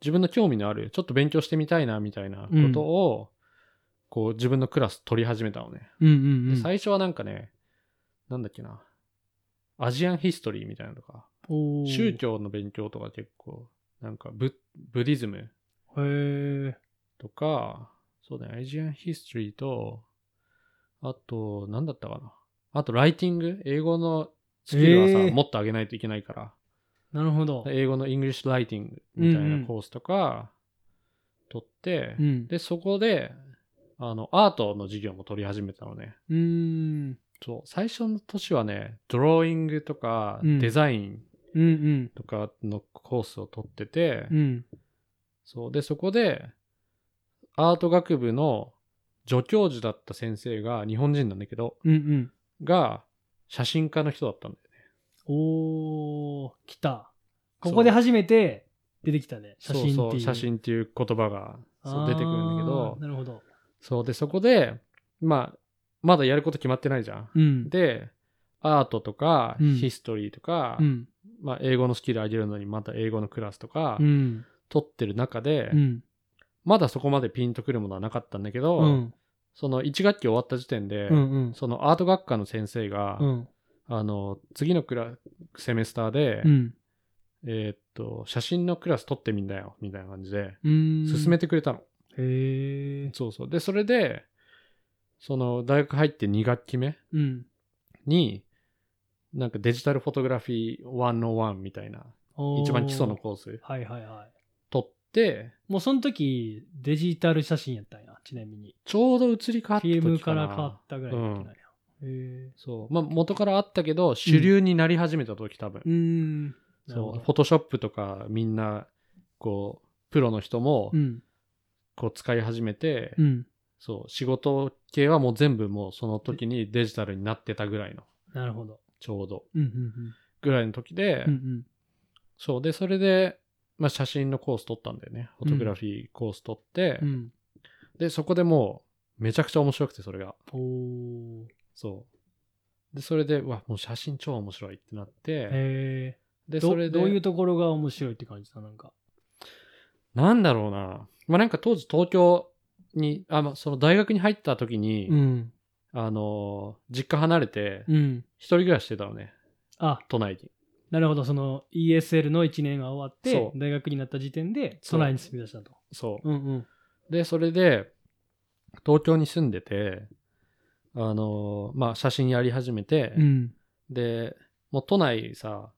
自分の興味のある、ちょっと勉強してみたいなみたいなことを、こう自分のクラス取り始めたのね。
うん。うん。う
で
ん。
最初はなんかね、なんだっけな、アジアンヒストリーみたいなのとか、
おー
宗。教の勉強とか結構、なんかブブディズム
へえ。
とか、そうだね、アジアンヒストリーと、あと、なんだったかな。あと、ライティング英語のスキルはさ、
えー
もっと上げないといけないから。
なるほど。
英語のイングリッシュライティングみたい
うんう
なんコースとか、取って、
うん。
で、そこで、あの、アートの授業も取り始めたのね。
うーん。
そう、最初の年はね、ドローイングとか、
うん
デザイン
うんうん。
とかのコースを取ってて、
うん。
そう。で、そこで、アート学部の助教授だった先生が、日本人なんだけど、
うんうん。
が、写真家の人だったんだよね。
おー、来た。ここで初めて出てきたね。写真っていう。
そうそう、写真っていう言葉がそう出てくるんだけ
あ
ど
ー、なるほど。
そう。で、そこで、まあ、まだやること決まってないじゃん。
うん。
で、アートとか、
うん
ヒストリーとか、
うん。
まあ、英語のスキル上げるのに、また英語のクラスとか、
うん。
取ってる中で、
うん。
まだそこまでピンとくるものはなかったんだけど、
うん。
その1学期終わった時点で、
うん。うん。
そのアート学科の先生が、
うん。
あの次のクラセメスターで、
うん。
えーっと写真のクラス取ってみんだよみたいな感じで
うん。
進めてくれたの、
へえ。
そうそうでそれでその大学入って2学期目
うん。
になんかデジタルフォトグラフィー101みたいな
おー
一番基礎の。コース
はいはいはい。
取って
もうその時、デジタル写真やったんや、ちなみに。
ちょうど移り変わった
フィルム
時
か
からな
変わったぐらいの時なんや。へえ。
そうまあ元からあったけど主流になり始めた時多分、
うーん。なる
そ
ほ
う
ど
フォトショップとかみんなこうプロの人も
うん。
こう使い始めて、
うん。
そう仕事系はもう全部もうその時にデジタルになってたぐらいの
なるほど。
ちょうど
うん。うん
ぐらいの時で、
うん。うん。
そうでそれで、まあ、写真のコース取ったんだよねフォトグラフィーコース取って、
うん。うん。
でそこでもうめちゃくちゃ面白くてそれが
おー。
そうでそれでうわもう写真超面白いってなって、
へ
で
え。
そ
ど
れで
どういうところが面白いって感じだ、なんか。
なんだろうな。まあ、なんか当時東京に、あ、まあ、その大学に入った時に、
ん。
あのー実家離れて、
うん。
一人暮らししてたのね、
あ、
都内に。
なるほど。その ESL の1年が終わって
そ、
大学になった時点で、
そ
都
う
内に住み出したと。
そ
うんうん。
う。で、それで、東京に住んでて、あの、まあ、写真やり始めて、
うん。
で、もう都内さ、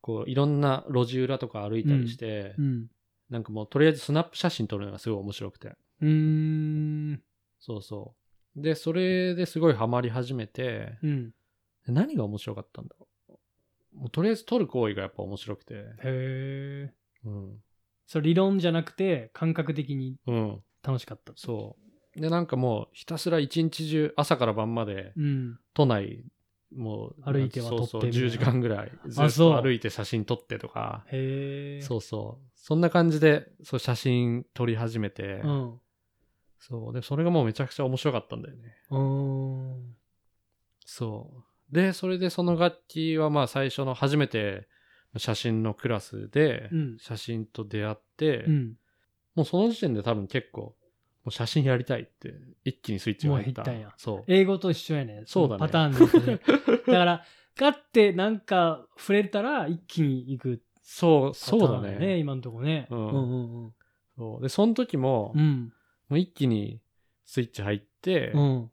こう、いろんな路地裏とか歩いたりして、
うん。
なんかもう、とりあえずスナップ写真撮るのがすごい面白くて。
うーん。
そうそう。で、それですごいハマり始めて、
うん。
で何が面白かったんだろう。もうとりあえず撮る行為がやっぱ面白くて。
へえ。
うん。
それ理論じゃなくて、感覚的に
うん。
楽しかった。
そう。で、なんかもう、ひたすら一日中、朝から晩まで、
うん。
都内、もう、
歩いては撮って
そうそう
みたいな
10時間ぐらい、ず
あ
っ
そう
と歩いて写真撮ってとか、
へえ。
そうそう。そんな感じで、そう、写真撮り始めて、
うん。
そう。で、それがもうめちゃくちゃ面白かったんだよね。
うーん。
そう。で、それでその楽器はまあ最初の初めて写真のクラスで
うん
写真と出会って、
うん。
もうその時点で多分結構もう写真やりたいって一気にスイッチが入った。
もう入ったんや
そう。
英語と一緒やね。
そうだね
パターンで言うとね。 だから、勝ってなんか触れたら一気に行くパ
そう、
タ
そう
ー
だ
ン
ね。
ね。今のとこね。
うん
うんうん
そうで、その時も、
う
も
ん。
う一気にスイッチ入って、
うん。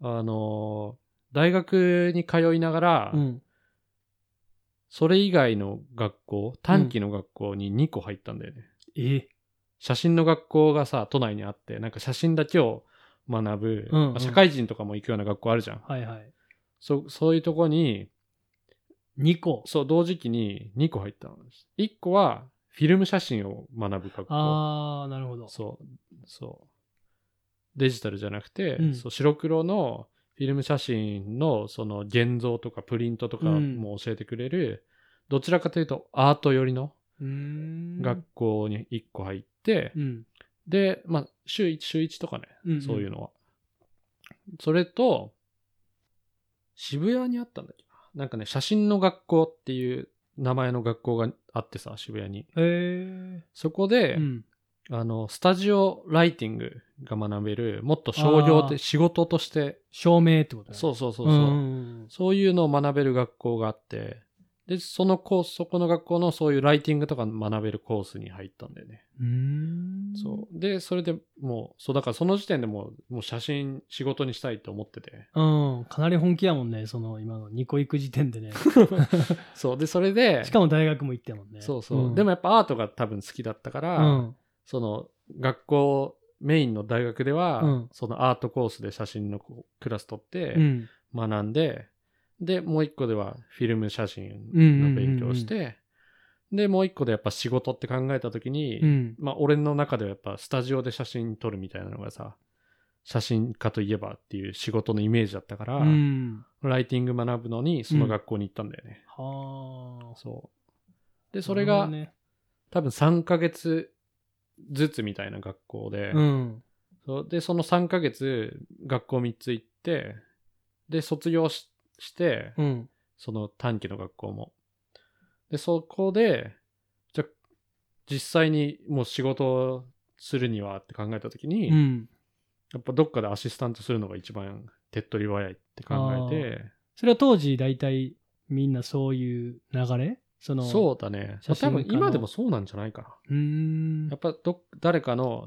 うん。
あのー大学に通いながら、
うん。
それ以外の学校、短期の学校に2個入ったんだよね。
え
写真の学校がさ、都内にあって、なんか写真だけを学ぶ、
うんうん
まあ社会人とかも行くような学校あるじゃん。
はいはい。
そそういうとこに、
2個。
そう、同時期に2個入ったの。1個は、フィルム写真を学ぶ学校。
あー、なるほど。
そう、そう。デジタルじゃなくて、
うん
そう白黒のフィルム写真のその現像とかプリントとか
うん
も教えてくれる、どちらかというとアート寄りの
うーん。
学校に1個入って、
うん。
で、まあ、週1、週1とかね、
うんうん
そういうのは。それと、渋谷にあったんだっけな。なんかね、写真の学校っていう名前の学校があってさ、渋谷に。
へ
そこで、
え。うん。
あの、スタジオライティングが学べる、もっと商業
あー
で仕事として、
証明ってことね。
そううそうそう
そ
そう、
ん
そういうのを学べる学校があって、で、そのコース、そこの学校のそういうライティングとか学べるコースに入ったんだよね。
うーん。
そう。で、それでもう、そう、だからその時点でもう、もう写真仕事にしたいと思ってて。
う。うん。かなり本気やもんね。その、今の2個行く時点 でね。
そう。で、それで、
しかも大学も行ってもんね。
そうそう、
ん
でも、やっぱアートが多分好きだったから、
うん。
その、学校、メインの大学では、
うん
そのアートコースで写真のこうクラス取って
う、ん。
学んで、で、もう一個ではフィルム写真
うんうんうんうん
の勉強をして、で、もう一個でやっぱ仕事って考えた時に、
うん。
まあ、俺の中ではやっぱスタジオで写真撮るみたいなのがさ、写真家といえばっていう仕事のイメージだったから、
うん。
ライティング学ぶのにその学校に行ったんだよね。
はあ。
そう。で、それが
なる
多分3ヶ月ずつみたいな学校で、
ほどねうん。
そうで、その3ヶ月学校3つ行って、で、卒業しして、
うん。
その短期の学校も。で、そこで、じゃ、実際にもう仕事をするにはって考えたときに、
うん。
やっぱどっかでアシスタントするのが一番手っ取り早いって考えて、
それは当時、大体、みんなそういう流れその、
そうだね。
写
ま
真
あ多
家の
分今でもそうなんじゃないかな。
う。うーん
やっ。ぱどっ誰かの、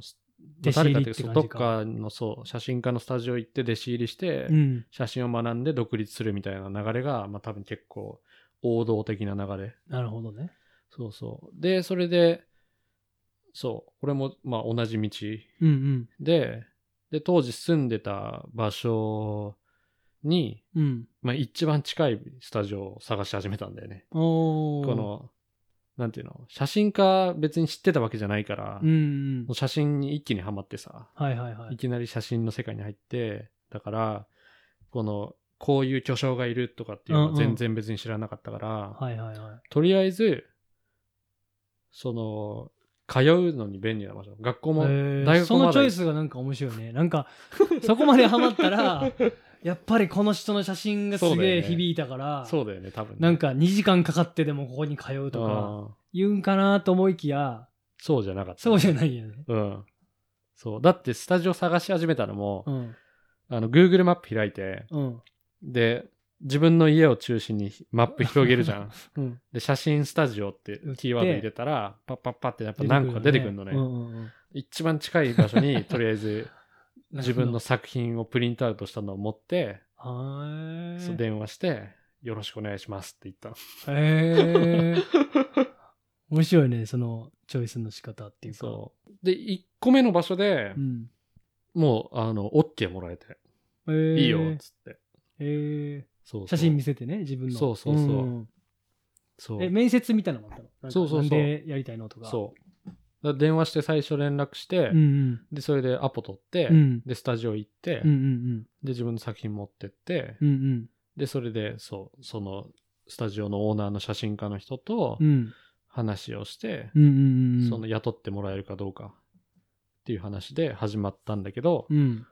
弟子入
誰
り
か
っ
っててい
感
う
じ
か
か
どっかのそう写真家のスタジオ行って弟子入りして、
うん。
写真を学んで独立するみたいな流れが、まあ多分結構王道的な流れ。
なるほどね。
そうそう。で、それで、そう、これもまあ同じ道
うんうん。
で、で、当時住んでた場所に、
うん。
まあ一番近いスタジオを探し始めたんだよね。
おー
こ、の、なんていうの、写真家別に知ってたわけじゃないから、
うん
も
うん
う。写真に一気にはまってさ、
はいはいはいい。
きなり写真の世界に入って、だから、この、こういう巨匠がいるとかっていうの
うん
は
うん
全然別に知らなかったから、
はいはいはい。
とりあえず、その、通うのに便利な場所。学校も、
へー
大学
そ
も
の
ま
チ
だ
ョイスがなんか面白いね。なん か、そこまでハマったら、やっぱりこの人の写真がす
そうだ
げえ
よね
響いたから、
そうだよね、多分ね、
なんか2時間かかってでもここに通うとか、
うん
言うんかなと思いきや、
そうじゃなかった。
そうじゃないよね。
うん。そう。だって、スタジオ探し始めたのも、
うん。
あの、Google マップ開いて、
うん。
で、自分の家を中心にマップ広げる じゃん。
うん。
で、写真スタジオってキーワード入れたら、パッパッパってやっぱ何個か出てくるのね。
うんうんうん
一番近い場所に、とりあえず、自分の作品をプリントアウトしたのを持って、
は
そう電話して、よろしくお願いしますって言ったの。
へえ。面白いね、そのチョイスの仕方っていうか。
そう。で、1個目の場所で、
うん。
もう、あの、OK もらえて、
へー
いいよ、っつって。
へえ。
そうそう
写真見せてね、自分の。
そうそうそうんそう
え、面接みたいなのもあったのなんか
そうそうそう
なんでやりたいのとか。
そう。だから電話して最初連絡して、
うん
で、それでアポ取って、
うん。うん。
で、スタジオ行って、
うんうん
で、自分の作品持ってって、
うん。うん
で、それで、そう、その、スタジオのオーナーの写真家の人と
うん。うん。
話をして、
うんうんうん。
その雇ってもらえるかどうかっていう話で始まったんだけど、
うん。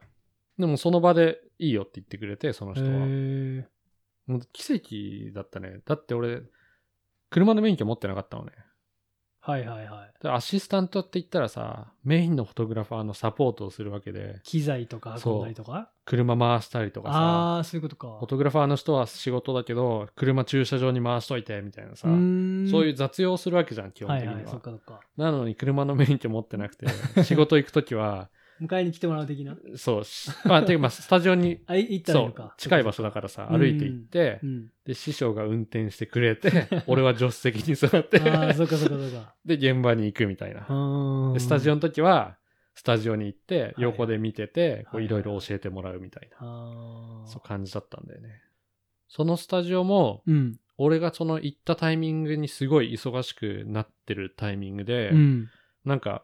でもその場でいいよって言ってくれて、その
へ
人は。
え。
もう奇跡だったね。だって俺、車の免許持ってなかったのね。
はいはいはい。
でアシスタントって言ったらさ、メインのフォトグラファーのサポートをするわけで、
機材とか運んだりとか。
車回したりとかさ、
ああー、そういうことか。
フォトグラファーの人は仕事だけど、車駐車場に回しといてみたいなさ、そう
う
い
いう
雑用をするわけじゃん、基本
は
的
い
には。
はい、そっかそっか。
なのに車の免許持ってなく て、仕事行くときは、
迎えに来てもらう的な。
そう、しまあ、てかまあ、スタジオに、
あ、い行ったらいい
そ
の
う
か。、
近い場所だからさ、
うん
歩いて行って、
うん。
で、師匠が運転してくれて、俺は助手席に座って、
ああ、そっかそっかそっか。
で、現場に行くみたいな。
う
で
ん
スタジオの時は、スタジオに行って、
はい
横で見てて、こ
は
う
い
いろいろ教えてもらうみたいな、
ああ。
そう感じだったんだよね。そのスタジオも、
うん。
俺がその行ったタイミングにすごい忙しくなってるタイミングで、
うん。
なんか、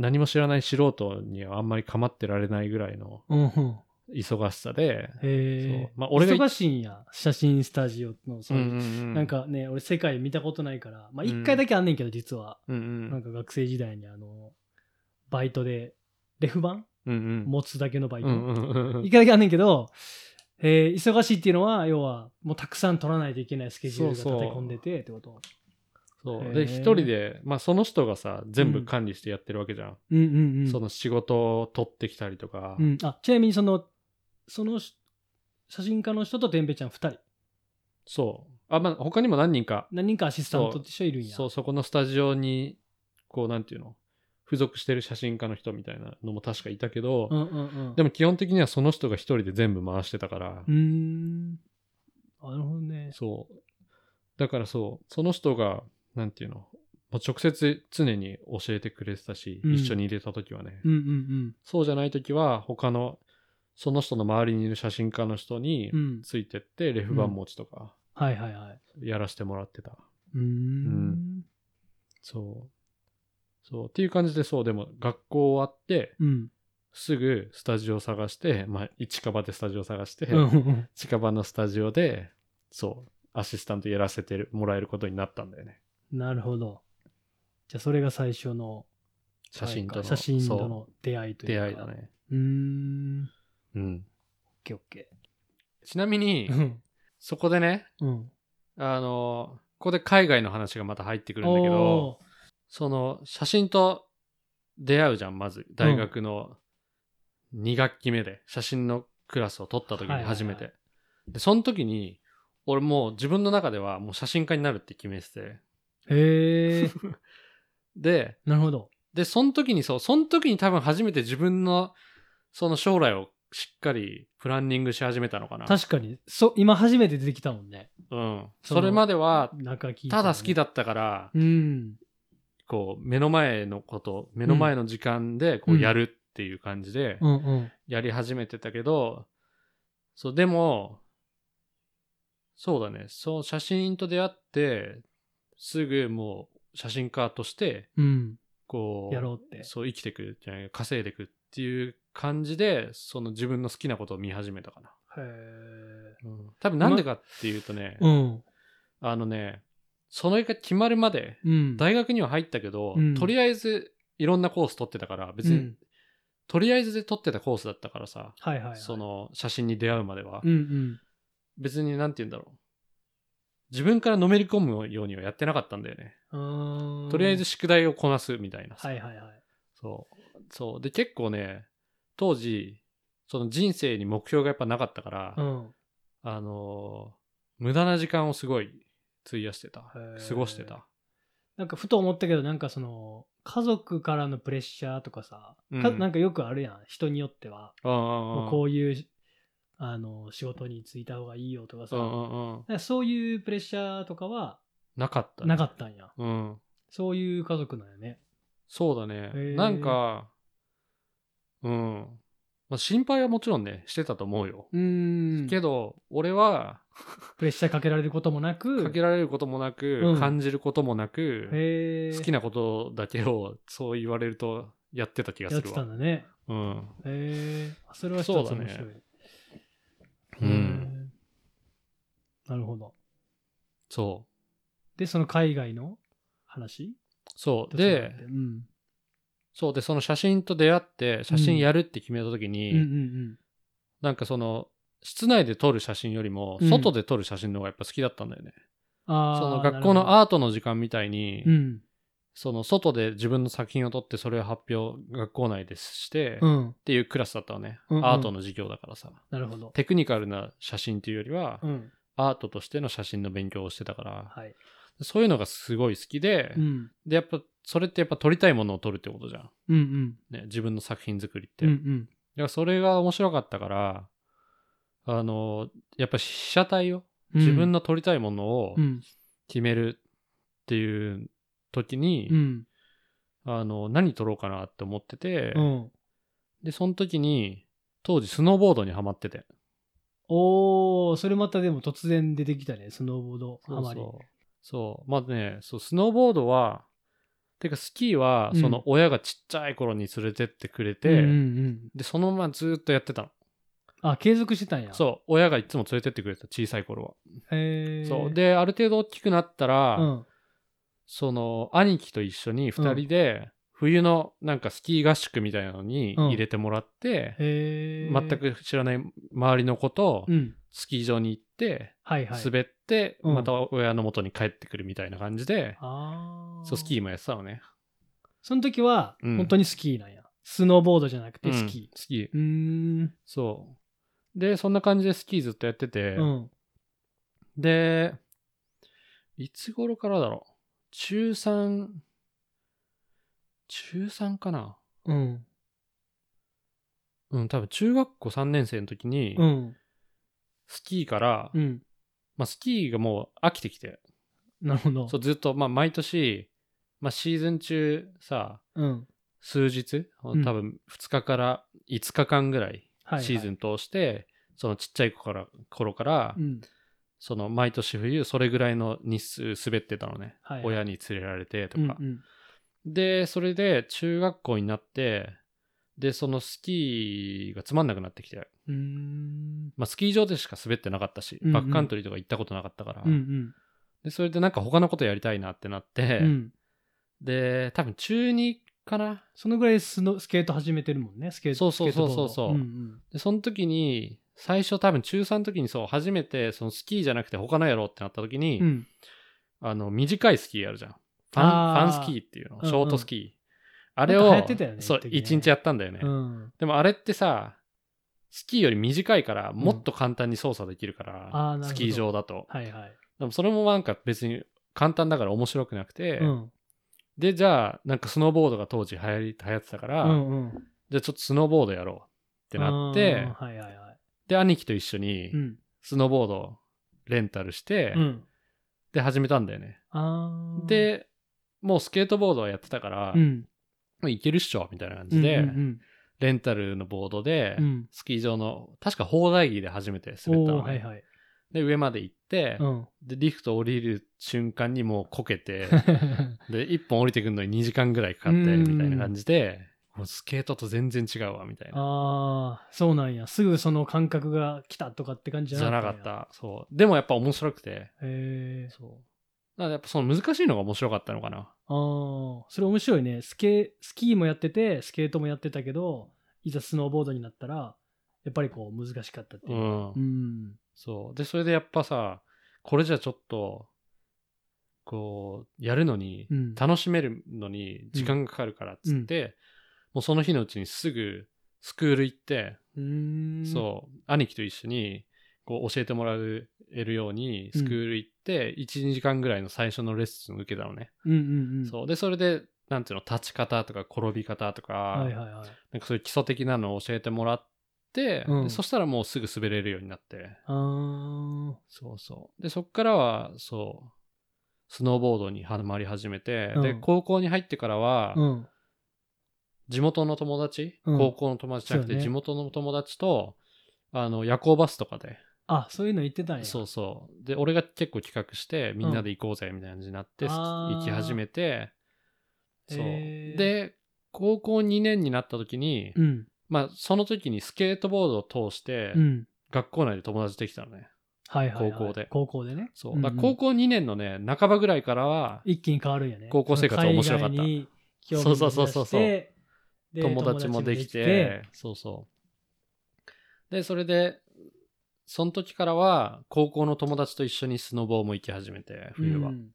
何も知らない素人にはあんまり構ってられないぐらいの
うん。
忙しさで、
へえ
そ。うまあ俺が
忙しいんや。写真スタジオの、そううん
う
い
ん
う
うん
なん、かね、俺世界見たことないから、まあ
うん
一回だけあんねんけど、実は。
うんう
なん
ん
か学生時代にあの、バイトで、レフ版
うんうん
持つだけのバイト。
うんうんうんうん
一回だけあんねんけど、えー忙しいっていうのは、要は、もうたくさん取らないといけないスケジュールが
そうそう
立て込んでてってこと。
そう。
へー
で、一人で、まあその人がさ、全部管理してやってるわけじゃん。
うんうんうん。
その仕事を取ってきたりとか。
うん、あちなみにそのそのし写真家の人とてんべちゃん2人
そう。あ、まあ他にも何人か、
何人かアシスタントって人いるんや
そう、そこのスタジオに、こう、なんていうの、付属してる写真家の人みたいなのも確かいたけど、
うんうんうん
で
も
も基本的にはその人が一人で全部回してたから、
うーんあなるほどね
そう。だからそう、その人が、なんていうの、もう直接常に教えてくれてたし、
うん
一緒に入れた時はね、
うんうん
そうじゃない時は他のその人の周りにいる写真家の人に
うんうん
ついてってレフ板持ちとか
はいはいはいう
やらせてもらってた、
ーん
そうそうっていう感じでそうでも学校終わって
うん
すぐスタジオ探して、まあ、近場でスタジオ探して、
うんうん
近場のスタジオでそうアシスタントやらせてもらえることになったんだよね
なるほどじゃあそれが最初の
写真
あ
との
れか写真と
そ
の出会いうという
出
か
会いだね
うーんオッ
うん
ケーオッケ
ちなみに
ーうん
そこでね
うん
あのここで海外の話がまた入ってくるんだけど
おー
その写真と出会うじゃん、まず大学の2学期目で写真のクラスを取った時に初
は
めて。
いはいは
で、その時に、俺もう自分の中ではもう写真家になるって決めてて。
へ え
で、
なるほど
で、その時にそう、その時に多分初めて自分のその将来をしっかりプランニングし始めたのかな。
確かにそ今初めて出てきたもんね
うん。
そ
そ
の
れまでは、
中聞い
ただ好き
だ
だったから、
うん
こう、目の前のこと、目の前の時間でこ
う
うんやるっていう感じで、
うんうん。
やり始めてたけど、そう、でも、そうだね、そう、写真と出会って、すぐもう写真家として、
うん。
こう、
やろうって。
そう、生きてくじゃない稼いでくっていう感じで、その自分の好きなことを見始めたかな。
へ
多分なんでかっていうとね、
うん。
あのね、それが決まるまで、
うん。
大学には入ったけど、
うん
とりあえずいろんなコース取ってたから、別
う
に、
ん。
とりあえずで取ってたコースだったからさ、
はいはいはい。
そ。の写真に出会うまでは。
うんうん。
別になんて言うんだろう。自分からのめり込むようにはやってなかったんだよね。
うーん
とりあえず。宿題をこなすみたいなさ、
はいはいはい。
そう。そう。で、結構ね、当時、その人生に目標がやっぱなかったから、
うん。
あのー無駄な時間をすごい費やしてた
へー。
過ごしてた。
なんかふと思ったけど、なんかその、家族からのプレッシャーとかさ、か
うん
なんかよくあるやん、人によっては。
あ
もう
あ。
こ
う
ういう、あの、仕事に就いた方がいいよとかさ、
んうんうん。
なんかそういうプレッシャーとかは
なかったね、
なかったんや。
うん。
そういう家族なんやね。
そうだね。
へー
なんか、うん。まあ、心配はもちろんね、してたと思うよ。
うん
けど、俺は、
プレッシャーかけられることもなく、
かけられることもなく、
うん
感じることもなく、
へー
好きなことだけを、そう言われると、やってた気が
やっ
す
て
る
た
わ
ん。だね。
うん。
へえ。あそれは一つ面白い。
そ
へ
うだう
ー
ん。
なるほど。
そう。
で、その海外の話
そう。で、
うん。
そう。で、その写真と出会って、写真やるって決めたとき
う
に、
んうんうん。
なんかその、室内で撮る写真よりも
うん、
外で撮る写真の方がやっぱ好きだったんだよね。
あー
その学校
なるほど
のアートの時間みたいに、
うん。
その外で自分の作品を撮ってそれを発表学校内でして、
う
っ
ん。
ていうクラスだったのね、
うんうん
アートの授業だからさ
なるほど。
テクニカルな写真っていうよりは、
うん。
アートとしての写真の勉強をしてたから、
はい。
そういうのがすごい好きで、
うん。
でやっぱそれってやっぱ撮りたいものを撮るってことじゃん、
うんうん。
ね、自分の作品作りって、
うんう
だか
ん。
らそれが面白かったからあのやっぱ被写体を
うん
自分の撮りたいものを
うん。
決めるっていう時に、
うん。
あの何撮ろうかなって思ってて、
うん。
で、その時に、当時スノーボードにハマってて。
おー、それまたでも突然出てきたね、スノーボードハマり。
そう。そう。まあね、そう、スノーボードは、てかスキーは、
うん
その親がちっちゃい頃に連れてってく
う
れ
ん
て、
うんうん。
で、そのままずっとやってたの。
あ、継続してたんや。う。
そう、親がいつも連れてってくれてた、小さい頃
へ
は。
ー
そう。、で、ある程度大きくなったら、
うん。
その、兄貴と一緒に二人で、冬のなんかスキー合宿みたいなのに入れてもらって、
へー
全。く知らない周りの子と
うん。
スキー場に行って、
はいはい。
滑って、
うん
また親の元に帰ってくるみたいな感じで、
あ
そう、スキ
ー。
ーもやってたのね。
その時は、
うん
本当にスキーなんや。スノーボードじゃなくて
うん
スキ
スキー
ー。。うーん。
そう。で、そんな感じでスキーずっとやってて、
うん。
で、いつ頃からだろう。中3、中3かな
うん。
うん、多分中学校3年生の時に、
うん。
スキーから、
うん。
まあスキーがもう飽きてきて、
なるほど。
そうずっと、まあ毎年、まあシーズン中さ、
うん。
数日、多
ん
分2日から5日間ぐらい
はいはい
シーズン通して、そのちっちゃい子から頃から、
うん。
その毎年冬それぐらいの日数滑ってたのね、
はいはい
親に連れられてと
うん
か、でそれで中学校になってでそのスキーがつまんなくなってきて、
うん。うーん。
まあ、スキー場でしか滑ってなかったし、
うんうん
バックカントリーとか行ったことなかったから、
うんうん。
でそれでなんか他のことやりたいなってなって、
うん。
で多分中2かな
そのぐらいスノスケート始めてるもんね、スケート。
そうそうそうそうそう
スケートボードん
で、その時に、最初多分中3の時にそう、初めてそのスキーじゃなくて他のやろうってなった時に、
うん。うん。
あの、短いスキーやるじゃん。ファ
あー
ン、ファンスキーっていうの、
うんうん
ショートスキー。あれ
なん
を、
か流行ってたよね
そう、
一時ね
1日やったんだよね。
うん、
でもあれってさ、スキーより短いから、もっと簡単に操作できるか
あーな
ら、
るほど
スキー場だと。
はいはい。
でもそれもなんか別に簡単だから面白くなくて、
うん。
で、じゃあ、なんかスノーボードが当時流行り流行ってたから、
うんうん。っ
じゃあちょっとスノーボードやろうってなって、
はいはいは
で、兄貴と一緒に
い。う、ん。
スノーボードをレンタルして、
うん。
で始めたんだよね。
あー、
で、もうスケートボードはやってたから、
う
も
ん。
ういけるっしょみたいな感じで、
うんうん
レンタルのボードで、
うん。うん
スキー場の、確か砲台着で初めて滑った
お
の
ー
ね、
はいはい。
で、上まで行って、
うん。
で、リフト降りる瞬間にもうこけて、で、一本降りてくるのに2時間ぐらいかかって、
うん
みたいな感じで、もうスケートと全然違うわ、みたいな。
ああ、そうなんや。すぐその感覚が来たとかって感じ
じ
じゃ
ゃ
な
な
か
か
ったん
っ
や。
た。そう。でもやっぱ面白くて、
へえ。
そう。だからやっぱその難しいのが面白かったのかな。
ああ、それ面白いね。スケ、スキーもやってて、スケートもやってたけど、いざスノーボードになったら、やっぱりこう難しかったっていうう。
ん
う。ん。
そう。で、それでやっぱさ、これじゃちょっと、こう、やるのに
う、ん。
楽しめるのに時間がかかるからっつって、もうその日のうちにすぐスクール行って、
うーん。
そう、兄貴と一緒に、こう、教えてもらえるようにスクール行っって、1、2時間ぐらいの最初のレッスンを受けたのね。
うんうんうん。
そう。で、それで、なんていうの、立ち方とか転び方とか、
はいはいはい。
なんかそういう基礎的なのを教えてもらって、
うん
でそしたらもうすぐ滑れるようになって。
あー
そうそう。で、そっからは、そう、スノーボードにはまり始めて、
うん
で、高校に入ってからは、
うん。
地元の友達、
うん
高校の友達じゃな
そ
く
う
て、
ね
地元の友達と、あの、夜行バスとかで、
あ、そういうの言ってたんや。
そうそう。で、俺が結構企画して、みんなで行こうぜ、みたいな感じになって、
あー
行き始めて、そう。
へー
で、高校2年になった時に、
うん。
まあ、その時にスケートボードを通して、
うん。
学校内で友達できたのね。
はいはい、はい。
高校で
高校でね。
そう。
んん
だから高校2年のね、半ばぐらいからは、
一気に変わるんやね。
高校生活は面白かった
海外に興味
そ
を
うそ
出して
うそうそうそう
で
友達もでき
友達も
て、そうそう。で、それで、その時からは、高校の友達と一緒にスノボーも行き始めて、
できて
冬は、
うん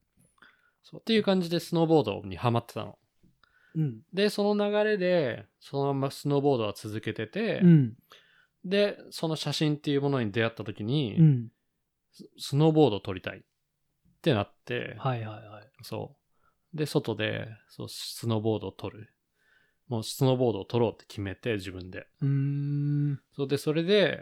そう。っていう感じでスノーボードにハマってたの。
うん。
で、その流れで、そのままスノーボードは続けてて、
うん。
で、その写真っていうものに出会った時に、
うん。
スノーボードを撮りたいってなって、
はいはいはい。
そう。で、外で、そう、スノーボードを取る。もう、スノーボードを取ろうって決めて、自分で。
うーん。
そうで、それで、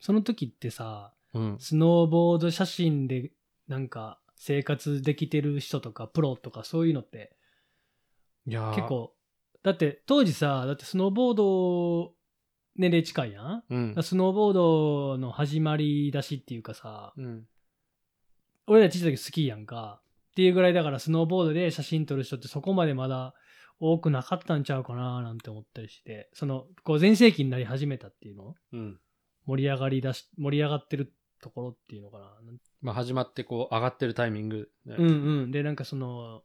その時ってさ、
うん。
スノーボード写真でなんか生活できてる人とかプロとかそういうのって
いやー
結。構、だって当時さ、だってスノーボード年齢近いやん
うん。
スノーボードの始まりだしっていうかさ、
うん。
俺ら小さい時好きやんか。っていうぐらいだからスノーボードで写真撮る人ってそこまでまだ多くなかったんちゃうかななんて思ったりして、その、こう全盛期になり始めたっていうの
うん。
盛り上がりだし、盛り上がってるところっていうのかな。
まあ、始まって、こう、上がってるタイミング、ね
うんうん。で、なんかその、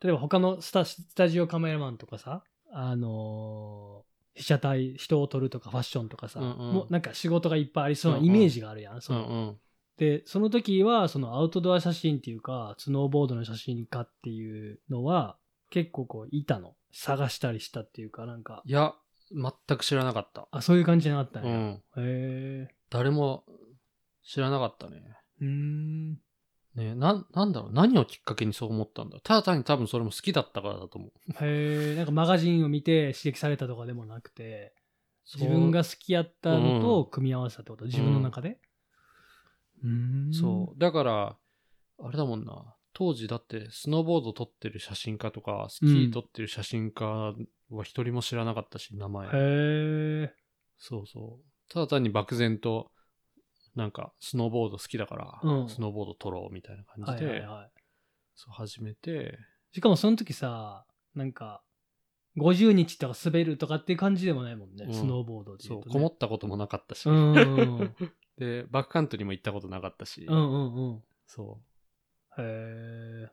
例えば他のスタスタジオカメラマンとかさ、あのー被写体、人を撮るとかファッションとかさ、
うんうん
もうなんか仕事がいっぱいありそうな
うんうん
イメージがあるやん。そ
うん
の
うん。
で、その時は、そのアウトドア写真っていうか、スノーボードの写真家っていうのは、結構こう、いたの。探したりしたっていうか、なんか、
いや、全く知らなかった。
あ、そういう感じじゃなかったん
う
や。へ
ん。
え。
誰も知らなかったね。
うーん。
ねなん、なんだろう。何をきっかけにそう思ったんだろう。ただ単に多分それも好きだったからだと思う。
へえ。なんかマガジンを見て刺激されたとかでもなくて、自分が好きやったのと組み合わせたってこと、自分の中で、うーん、
そう。だから、あれだもんな。当時だって、スノーボード撮ってる写真家とか、スキー撮ってる写真家は一人も知らなかったし、名前。
へえ
そうそう。ただ単に漠然と、なんか、スノーボード好きだから、
うん
スノーボード撮ろうみたいな
は
感じ
い
で、
はいは
そう始めて、
いしかもその時さなんか50日とか滑るとかっていう感じでもないもんね、
うん
スノーボードで
そ
言う
う、
と、ね、
こもったこともなかったし、
うんうんう ん
で、バックカントリーも行ったことなかったし、
うんうんうん
そう。
へえ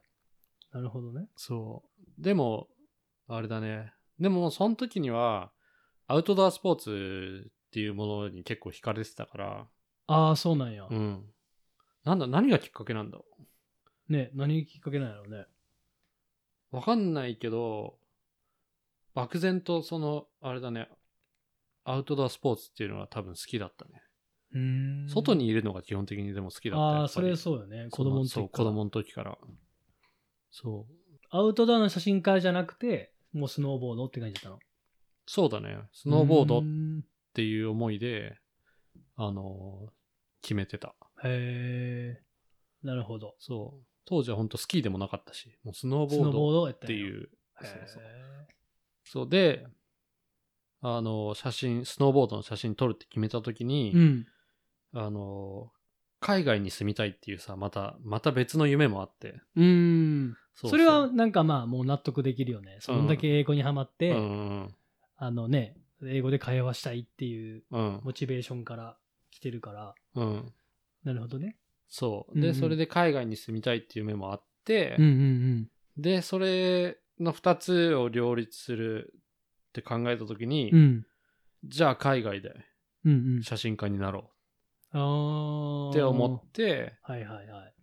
なるほどね
そう。でも、あれだね。でも、その時には、アウトドアスポーツっていうものに結構惹かれてたから、
ああそうなんや、
うん。なんだ、何がきっかけなんだろ
ね何きっかけなんやろうね
う。わかんないけど、漠然とその、あれだね、アウトドアスポーツっていうのは多分好きだったね。
うーん
外にいるのが基本的にでも好きだった。
あ
や
あ
っぱ
そ
り
れそうよね子供の時
そう、子供の時から。そう。
アウトドアの写真家じゃなくてもうスノーボードって感じだったの
そうだね。スノーボード
うーん
っていう思いで、あの決めてた。
へえ、なるほど。
そう。当時は本当スキーでもなかったし、もうスノー
ス
ボ
ノ
ー
ボー
ド
ドやった
っ
ん
て
や
いう。
へ
そう
え
そうそうで、あの、写真、スノーボードの写真撮るって決めた時に、
うん。
あの、海外に住みたいっていうさ、また、また別の夢もあって。
うん。
う
それは、なんかまあもう納得できるよね。そんだけ英語にハマっ
う
て、
んうん
あのね、英語で会話したいっていう
うん。
モチベーションから来てるから、
うん。うん。
なるほどね。
そう。
うんう
で、
ん
それで海外に住みたいっていう夢もあって、
ん
で、それの2つを両立するって考えた時に、
うん。
じゃあ海外で
うんうん。
写真家になろ
ああ。
うって思って、
はいはいはい。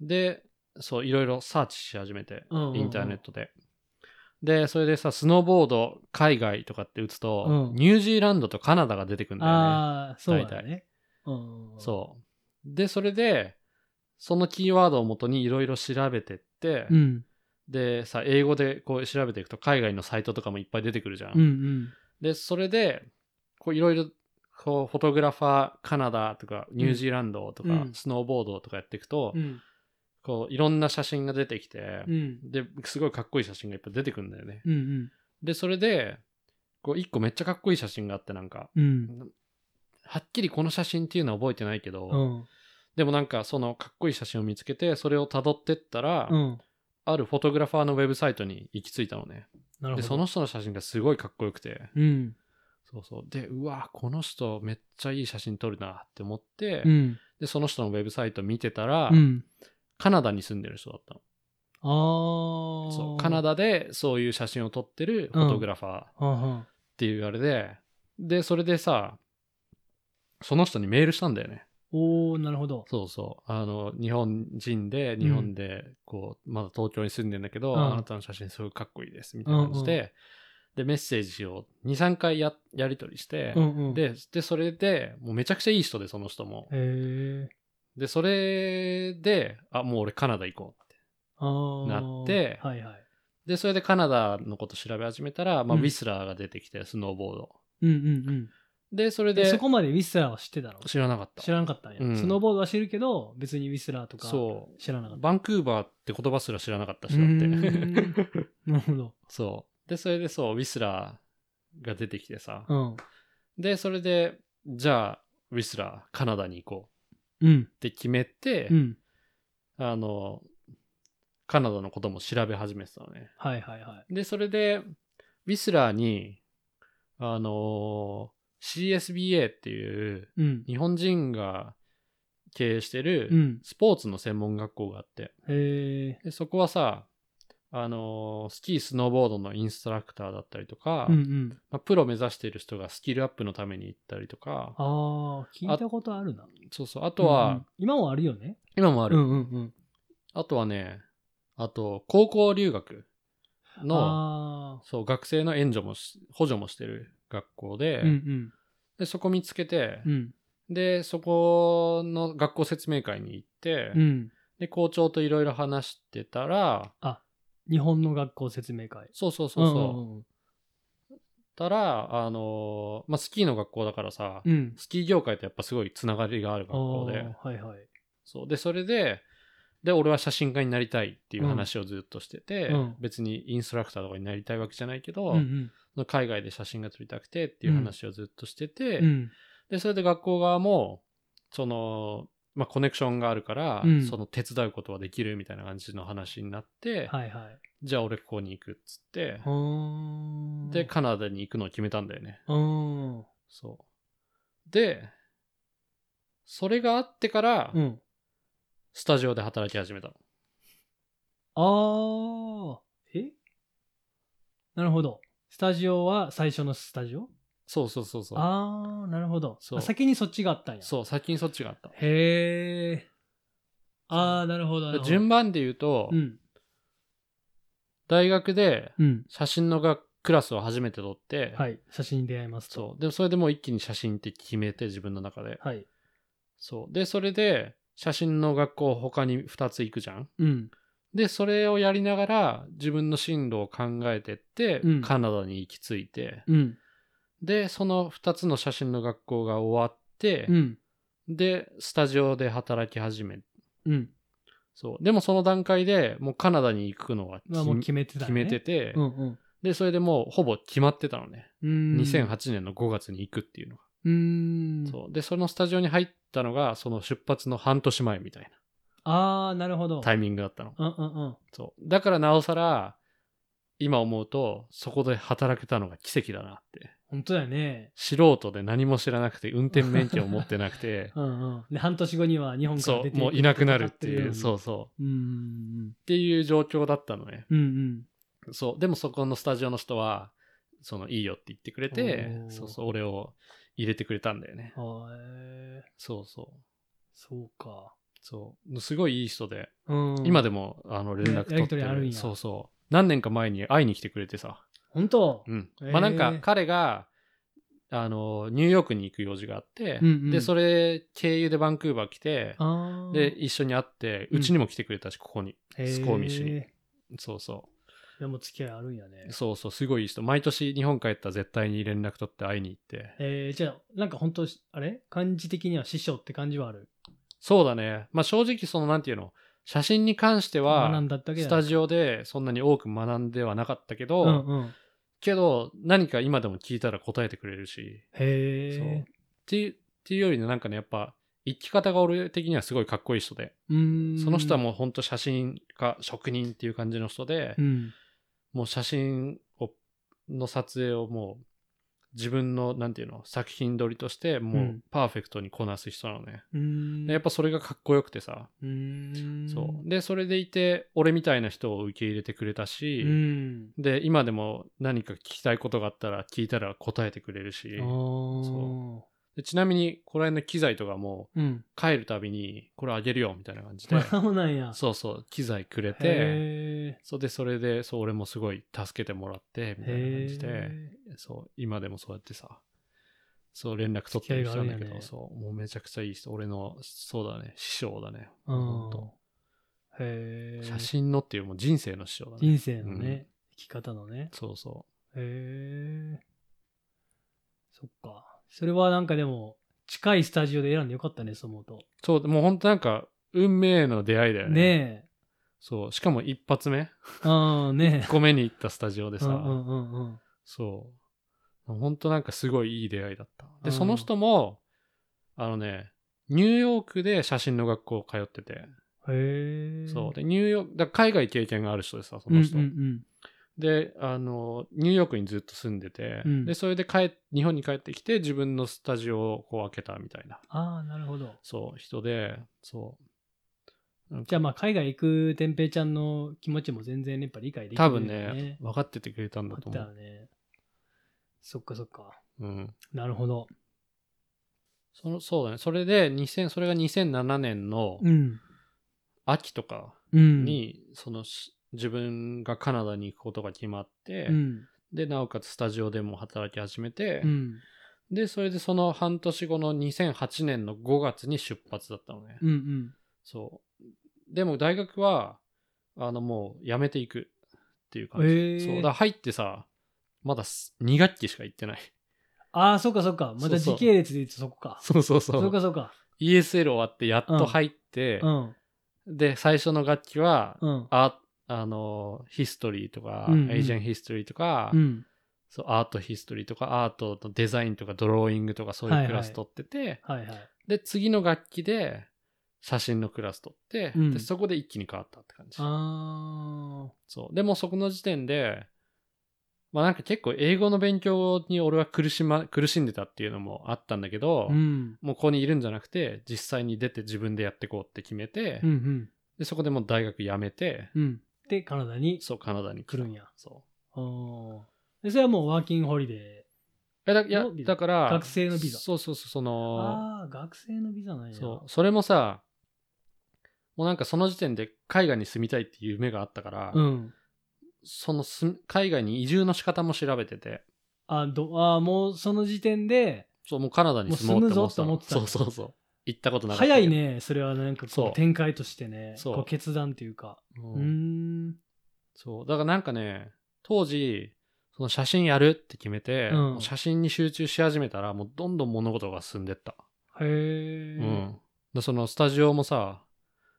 で、そう、いろいろサーチし始めて、
うんうんうん
インターネットで。で、それでさ、スノーボード、海外とかって打つと、
うん
ニュージーランドとカナダが出てくるんだよね。
ああ、そうだね。うんうんうん。
そう。で、それで、そのキーワードをもとにいろいろ調べてって、
うん。
でさ英語でこう調べていくと海外のサイトとかもいっぱい出てくるじゃん、
うんうん。
でそれでこういろいろこうフォトグラファーカナダとかニュージーランドとか、
うん
スノーボードとかやっていくと、
うん。
こういろんな写真が出てきて、
うん。
ですごいかっこいい写真がいっぱい出てくるんだよね、
うん。
でそれでこう一個めっちゃかっこいい写真があってなんか
うん。
はっきりこの写真っていうのは覚えてないけど、
うん。
でもなんかそのかっこいい写真を見つけてそれを辿ってったら、
うん。
あるフォトグラファーのウェブサイトに行き着いたのね
なるほど。
でその人の写真がすごいかっこよくて
うん。
そうそうでうわこの人めっちゃいい写真撮るなって思って、
うん。
でその人のウェブサイト見てたら、
うん。
カナダに住んでる人だったの
ああ。
そうカナ
ダ。
ダでそういう写真を撮ってるフォトグラファーっ
はんはん。
ていうあれで、でそれでさその人にメールしたんだよね
おおなるほど。
そうそう。あの、日本人で、日本で、こう、まだ東京に住んでんだけど、
うん
あなたの写真すごいかっこいいです、みたいな感じで、
うん
で、メッセージを2、3回ややり取りして、
うんうん。、
で、で、それで、もうめちゃくちゃいい人で、その人も。
へえ。
で、それで、あ、もう俺カナダ行こうって。
ああ。
なって
はいはい。
で、それでカナダのこと調べ始めたら、まあ、
うん
ウィスラーが出てきて、スノーボード。
うんうんうん。
で、それ
で、
で、
そこまでウィスラーは知ってたの
知らなかった。
知らなかったんや、
うん
スノーボードは知るけど、別にウィスラーとか
そう
知らなかった。
バンクーバーって言葉すら知らなかったし、
う
だって。
ーんなるほど。
そう。で、それでそう、ウィスラーが出てきてさ。
うん。
で、それで、じゃあ、ウィスラー、カナダに行こう
うん。
って決めて、
うん。
あの、カナダのことも調べ始めてたのね。
はいはいはい。
で、それで、ウィスラーに、あの CSBA っていう、
うん。
日本人が経営して
う
る、
ん。
スポーツの専門学校があって、
へえ。
でそこはさ、あのスキー、スノーボードのインストラクターだったりとか、
うんうん。
まあ、プロ目指している人がスキルアップのために行ったりとか、
ああ、聞いたことあるな。
そうそう、あとは、
うんうん今もあるよね。
今もある、
うんうんうん。
あとはね、あと、高校留学の、
あ
そう、学生の援助もし、補助もしてる学校で、
あ。うん
で、そこ見つけて、
うん。うん。
で、そこの学校説明会に行って、
うん。
で、校長といろいろ話してたら、
日本の学校説明会。
そうそうそうそう、
そ
たら、あのーまあ、スキーの学校だからさ、
うん。うん。
スキー業界とやっぱすごいつながりがある学校で、
あーはいはい。
そう。で、それで、で、俺は写真家になりたいっていう話をずっとしてて、
うん
別にインストラクターとかになりたいわけじゃないけど、
うんうん
その海外で写真が撮りたくてっていう話をずっとしてて、
うん。
で、それで学校側も、その、まあ、コネクションがあるから、
うん
その手伝うことはできるみたいな感じの話になって、
はいはい。
じゃあ俺ここに行くっつって、
うーん
で、カナダに行くのを決めたんだよね。
うん。
そう。で、それがあってから、
うん。
スタジオで働き始めたの。
ああ。えなるほど。スタジオは最初のスタジオ
そうそうそうそう。
ああ、なるほど。
そう
あ先にそっちがあったんや。
そう、先にそっちがあった。
へえ。ああ、なるほど。なるほど
順番で言うと、
うん。
大学で
うん。
写真のがクラスを初めて取って、
はい。写真に出会いますと。
そう。で、それでもう一気に写真って決めて、自分の中で。
はい。
そう。で、それで、写真の学校他に2つ行くじゃん。
うん。
で、それをやりながら、自分の進路を考えてって、
うん
カナダに行き着いて、
うん。
で、その2つの写真の学校が終わって、
うん。
で、スタジオで働き始め
うん。
そう。でもその段階でもうカナダに行くのは
まあもう決めてた、ね。
決めてて、
うんうん。
で、それでもうほぼ決まってたのね。
うーん。
2008年の5月に行くっていうのが。
うーん。
そう。で、そのスタジオに入ったのが、その出発の半年前みたい
ああ、なるほど。
なタイミングだったの。
うんうんうん。
そう。だからなおさら、今思うと、そこで働けたのが奇跡だなって。
本当だよね。、
素人で何も知らなくて、運転免許を持ってなくて
うんうん。で、半年後には日本から
そ
出て
う、もういなくなるって
戦
い
っ
う、
て
そうそう。
う。うん
っていう状況だったのね。
うんうん。うん
そう。でもそこのスタジオの人は、そのいいよって言ってくれて
お、ー
そうそう、俺を入れてくれたんだよね
う。ん。はえ
そうそう。
そうか。
そう。すごいいい人で、
うん。
今でもあの連絡
やや
取
り
って
と
る、
りあるんや
そうそう。何年か前に会いに来てくれてさ。
本当
うん。
へー
まあなんか彼があの、ニューヨークに行く用事があって、
うんうん
で、それ経由でバンクーバー来て、
あ
で、一緒に会って、
うん
うちにも来てくれたし、ここに。
ス
スコーミッシュに
で
そうそ
もう付き合いあるんやね
う。。そうそう、すごいいい人。毎年日本帰ったら絶対に連絡取って会いに行って。
えー、じゃあ、なんか本当、あれ感じ的には師匠って感じはある。
そうだね。まあ正直、その、なんていうの、写真に関して
学ん
は、
だだけだ
スタジオでそんなに多く学んではなかったけ
オ
ど、
うんうん。
けど、何か今でも聞いたら答えてくれるし、そうっ
へえ。
ていう、っていうよりね、なんかね、やっぱ、生き方が俺的にはすごいかっこいい人で、
うーん
その人はもうほんと写真家、職人っていう感じの人で、
うん。
もう写真を、の撮影をもう、自分の、なんていうの、作品撮りとして、も
う、
うんパーフェクトにこなす人なのね。
うーん。
でやっぱそれがかっこよくてさ、
うーん。
そう。で、それでいて、俺みたいな人を受け入れてくれた
う
し、
ん。
で、今でも何か聞きたいことがあったら聞いたら答えてくれるし、
そ
そでちなみに、この辺の機材とかも、
う。うん。
帰るたびに、これあげるよ、みたいな感じで、
そうなんや。
そうそう、機材くれて、
へ
そうで、それで、そう、俺もすごい助けてもらって、
え。
みたいな感
へ
じで、
え。
そう、今でもそうやってさ、そう、連絡取ったりしたんだ
付き合いがあるん
けど、
やね
そう、もうめちゃくちゃいい人、俺の、そうだね、師匠だね。
うん
ほんと
へえ。
写真のっていう、もう人生の師匠だね。
人生の
うん
ね、生き方のね。
そうそ
へえ。そっか。それはなんかでも、近いスタジオで選んでよかったね、そう思うと。
う。そう、もう本当なんか、運命の出会いだよね。
ね
そう、しかも一発目、
え。うん、ね
1個目に行ったスタジオで
え。う
さ、
んうんうんうん。
そう。本当なんかすごいいい出会いだった。
う
で、
ん
その人も、あのね、ニューヨークで写真の学校通ってて、
へえ。
そう。で、ニューヨーク、だから海外経験がある人でさ、そ
うんう
の
ん
人。で、あの、ニューヨークにずっと住んでて、
うん
で、それで帰っ、日本に帰ってきて、自分のスタジオをこう開けたみたいな、
ああ、なるほど。
そう、人で、そう。
じゃあまあ海外行く天平ちゃんの気持ちも全然やっぱ理解できて
多分
よ
ね、分かっててくれたんだ
あっ
と
た
思
よ
う。
ね。そっかそっか。
うん。
なるほど。
そのそうだね。それで、2000、それが2007年の
うん。
秋とか
うん。
に、そのし自分がカナダに行くことが決まって、
うん。
でなおかつスタジオでも働き始めて、
うん。
でそれでその半年後の2008年の5月に出発だったのね、
うんうん。
そうでも大学はあのもう辞めていくっていう感
へ
じ、
ー
そうだから入ってさまだ2学期しか行ってない
ああ、そっかそっか。また時系列で言うとそこか。
そうそうそ
そうっかそっか。
ESL 終わってやっと入って、
うん。
で最初の楽器は、
うん。
ああのヒストリーとか、
うんうん
エージェンヒストリーとか、
うん。
そう、アートヒストリーとか、アートのデザインとか、ドローイングとか、そう
はい
い
は
う
い
クラス取ってて、
はいはい。
で、次の楽器で、写真のクラス取って、
うん
で、そこで一気に変わったって感じ。
ああ。
そう。でも、そこの時点で、まあなんか結構英語の勉強に俺は苦しま、苦しんでたっていうのもあったんだけど、
うん。
もうここにいるんじゃなくて、実際に出て自分でやってこうって決めて、
うんうん。
で、そこでもう大学辞めて、
うん。で、カナダに
そう、カナダに来
来
た
るんや。
そ
おーでそれはもうワーキングホリデ
う。え、だいや
のビザ
だから、
学生のビザ
そうそうそう、そ
ー。
の、
ああ、学生のビザなんや。
そう。それもさ、もうなんかその時点で海外に住みたいっていう夢があったから、
うん。
その住み海外に移住の仕方も調べてて、
あどあーもうその時点で
そう、もうカナダに住もうって思ってたの
もう住むぞって思ってた
そうそうそう。行ったことなかった。
早い。ねそれはなんか
そ
こ
う
う展開としてね
そう
こう決断というか
うん
うーん
そう。だからなんかね、当時、その写真やるって決めて、
うん
もう写真に集中し始めたら、もうどんどん物事が進んでった。
へ
う
え、
ん。で、そのスタジオもさ、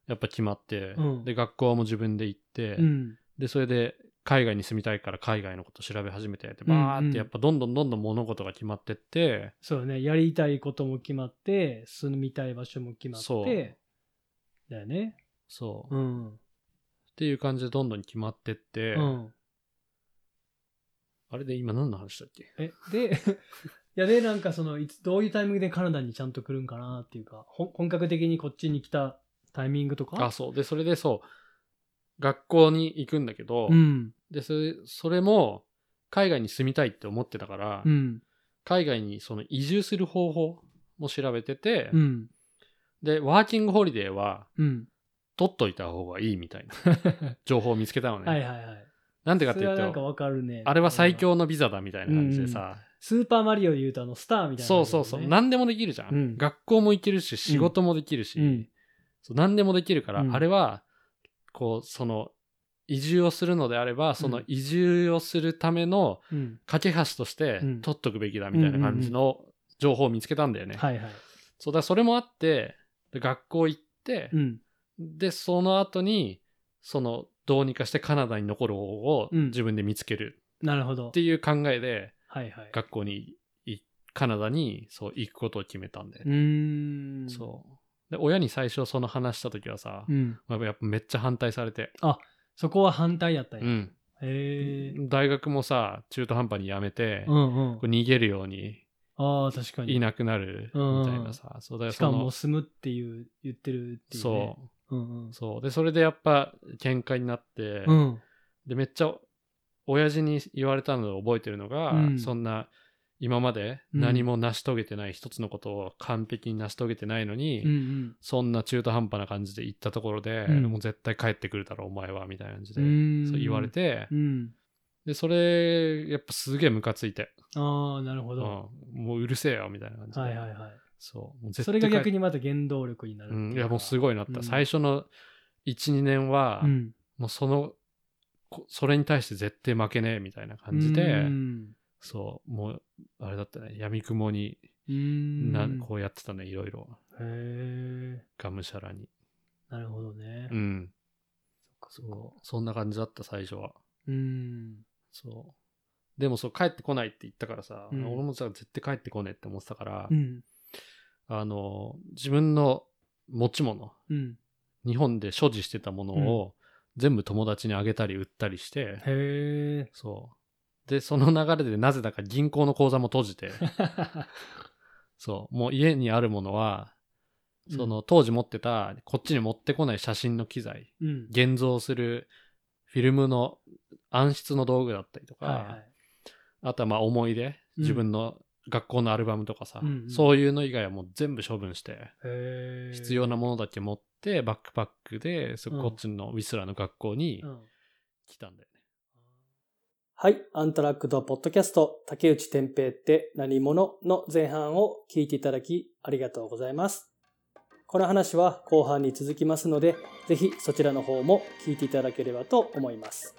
やっぱ決まって、
うん
で、学校も自分で行って、
うん
で、それで海外に住みたいから海外のこと調べ始めて、で
うんうん
バーってやっぱどんどんどんどん物事が決まってって、
そうよねやりたいことも決まって住みたい場所も決まっ
そう
てだよね
そう、
う
っ
ん
ていう感じでどんどん決まってって、
うん
あれで今何の話だっけ
えで いやでなんかそのいつどういうタイミングでカナダにちゃんと来るんかなっていうかほん本格的にこっちに来たタイミングとか
あ、そう。で、それでそう、学校に行くんだけど、
うん
で、それ、それも、海外に住みたいって思ってたから、
うん
海外にその移住する方法も調べてて、
うん
で、ワーキングホリデーは
うん
取っといた方がいいみた いな情報を見つけたのね。
はいはいはい
なんでかっ
そ
て
れ
いう
はなん
と
か、わかるね
あれは最強のビザだみたいな感じで
う
さ、
スーパーマリオで言うとあのスターみたいな、
そうそうそう。何でもできるじゃん。
うん
学校も行けるし、仕事もできるし、
うん
そう何でもできるから、
うん
あれは、こう、その、移住をするのであれば、その移住をするための
うん。
架け橋として
うん
取っとくべきだみたいな感じの情報を見つけたんだよね。
はいはい。
そうだ、それもあって、で学校行って、
うん。
で、その後に、その、どうにかしてカナダに残る方法を
うん
自分で見つける
なるほど
っ。ていう考えで、
はいはい。
学校にい、カナダに、そう、行くことを決めたんだよね
うーん。
そう。で、親に最初その話した時はさ、
うん。
まあやっぱめっちゃ反対されて、
そこは反対やったんや。
うん
へえ。
大学もさ、中途半端に辞めて、
うんうん
こう。逃げるように
ああ、確かに。
いなくなる
うん
みたいなさ、そうだよ
しか
その
も住むっていう、言ってるっていう、ね。。
そう
うんうん
う、。そう。で、それでやっぱ喧嘩になって、
うん。
で、めっちゃ親父に言われたのを覚えてるのが、
うん
そんな、今まで何も成し遂げてない、一つのことを完璧に成し遂げてないのに、
うんうん。
そんな中途半端な感じで行ったところで、
うん
もう絶対帰ってくるだろうお前はみたいな感じで、
うん
そう言われて、
うん。
でそれやっぱすげえムカついて、
ああ、なるほ
うん
ど。
もううるせえよみたいな感じで、
はいはいはい。
そうもう絶対
それが逆
に、
にまた原動力になるっ
う
て
ん、い
か
やもうすごいなっ
う
た、
ん
最初の12年は、
うん
もうそのこそれに対して絶対負けねえみたいな感じで、
うん
そうもうあれだったねやみくもに
うん。
な、こうやってたねいろいろ
へえ。
がむしゃらに
なるほどね。
うん
そっかそっか
そうそんな感じだった最初は
うん。
そう。でもそう、帰ってこないって言ったからさ、
うん
俺もさ、絶対帰ってこねえって思ってたから、
うん。
あの、自分の持ち物、
うん。
日本で所持してたものを、全部友達にあげたり売ったりして、
へえ。
そう。で、その流れでなぜだか銀行の口座も 閉じて、そう、もう家にあるものは、その当時持ってた、こっちに持ってこない写真の機材、
うん。
現像するフィルムの暗室の道具だったりとか、
はいはい。
あとはまあ思い出、
うん
自分の学校のアルバムとかさ、
うんうん
そういうの以外はもう全部処分して、
へえ。
必要なものだけ持って、バックパックで、そ
うん
こっちのウィスラーの学校に
うん
来たんだよね。
はい。アントラックドポッドキャスト、竹内天平って何者の前半を聞いていただきありがとうございます。この話は後半に続きますので、ぜひそちらの方も聞いていただければと思います。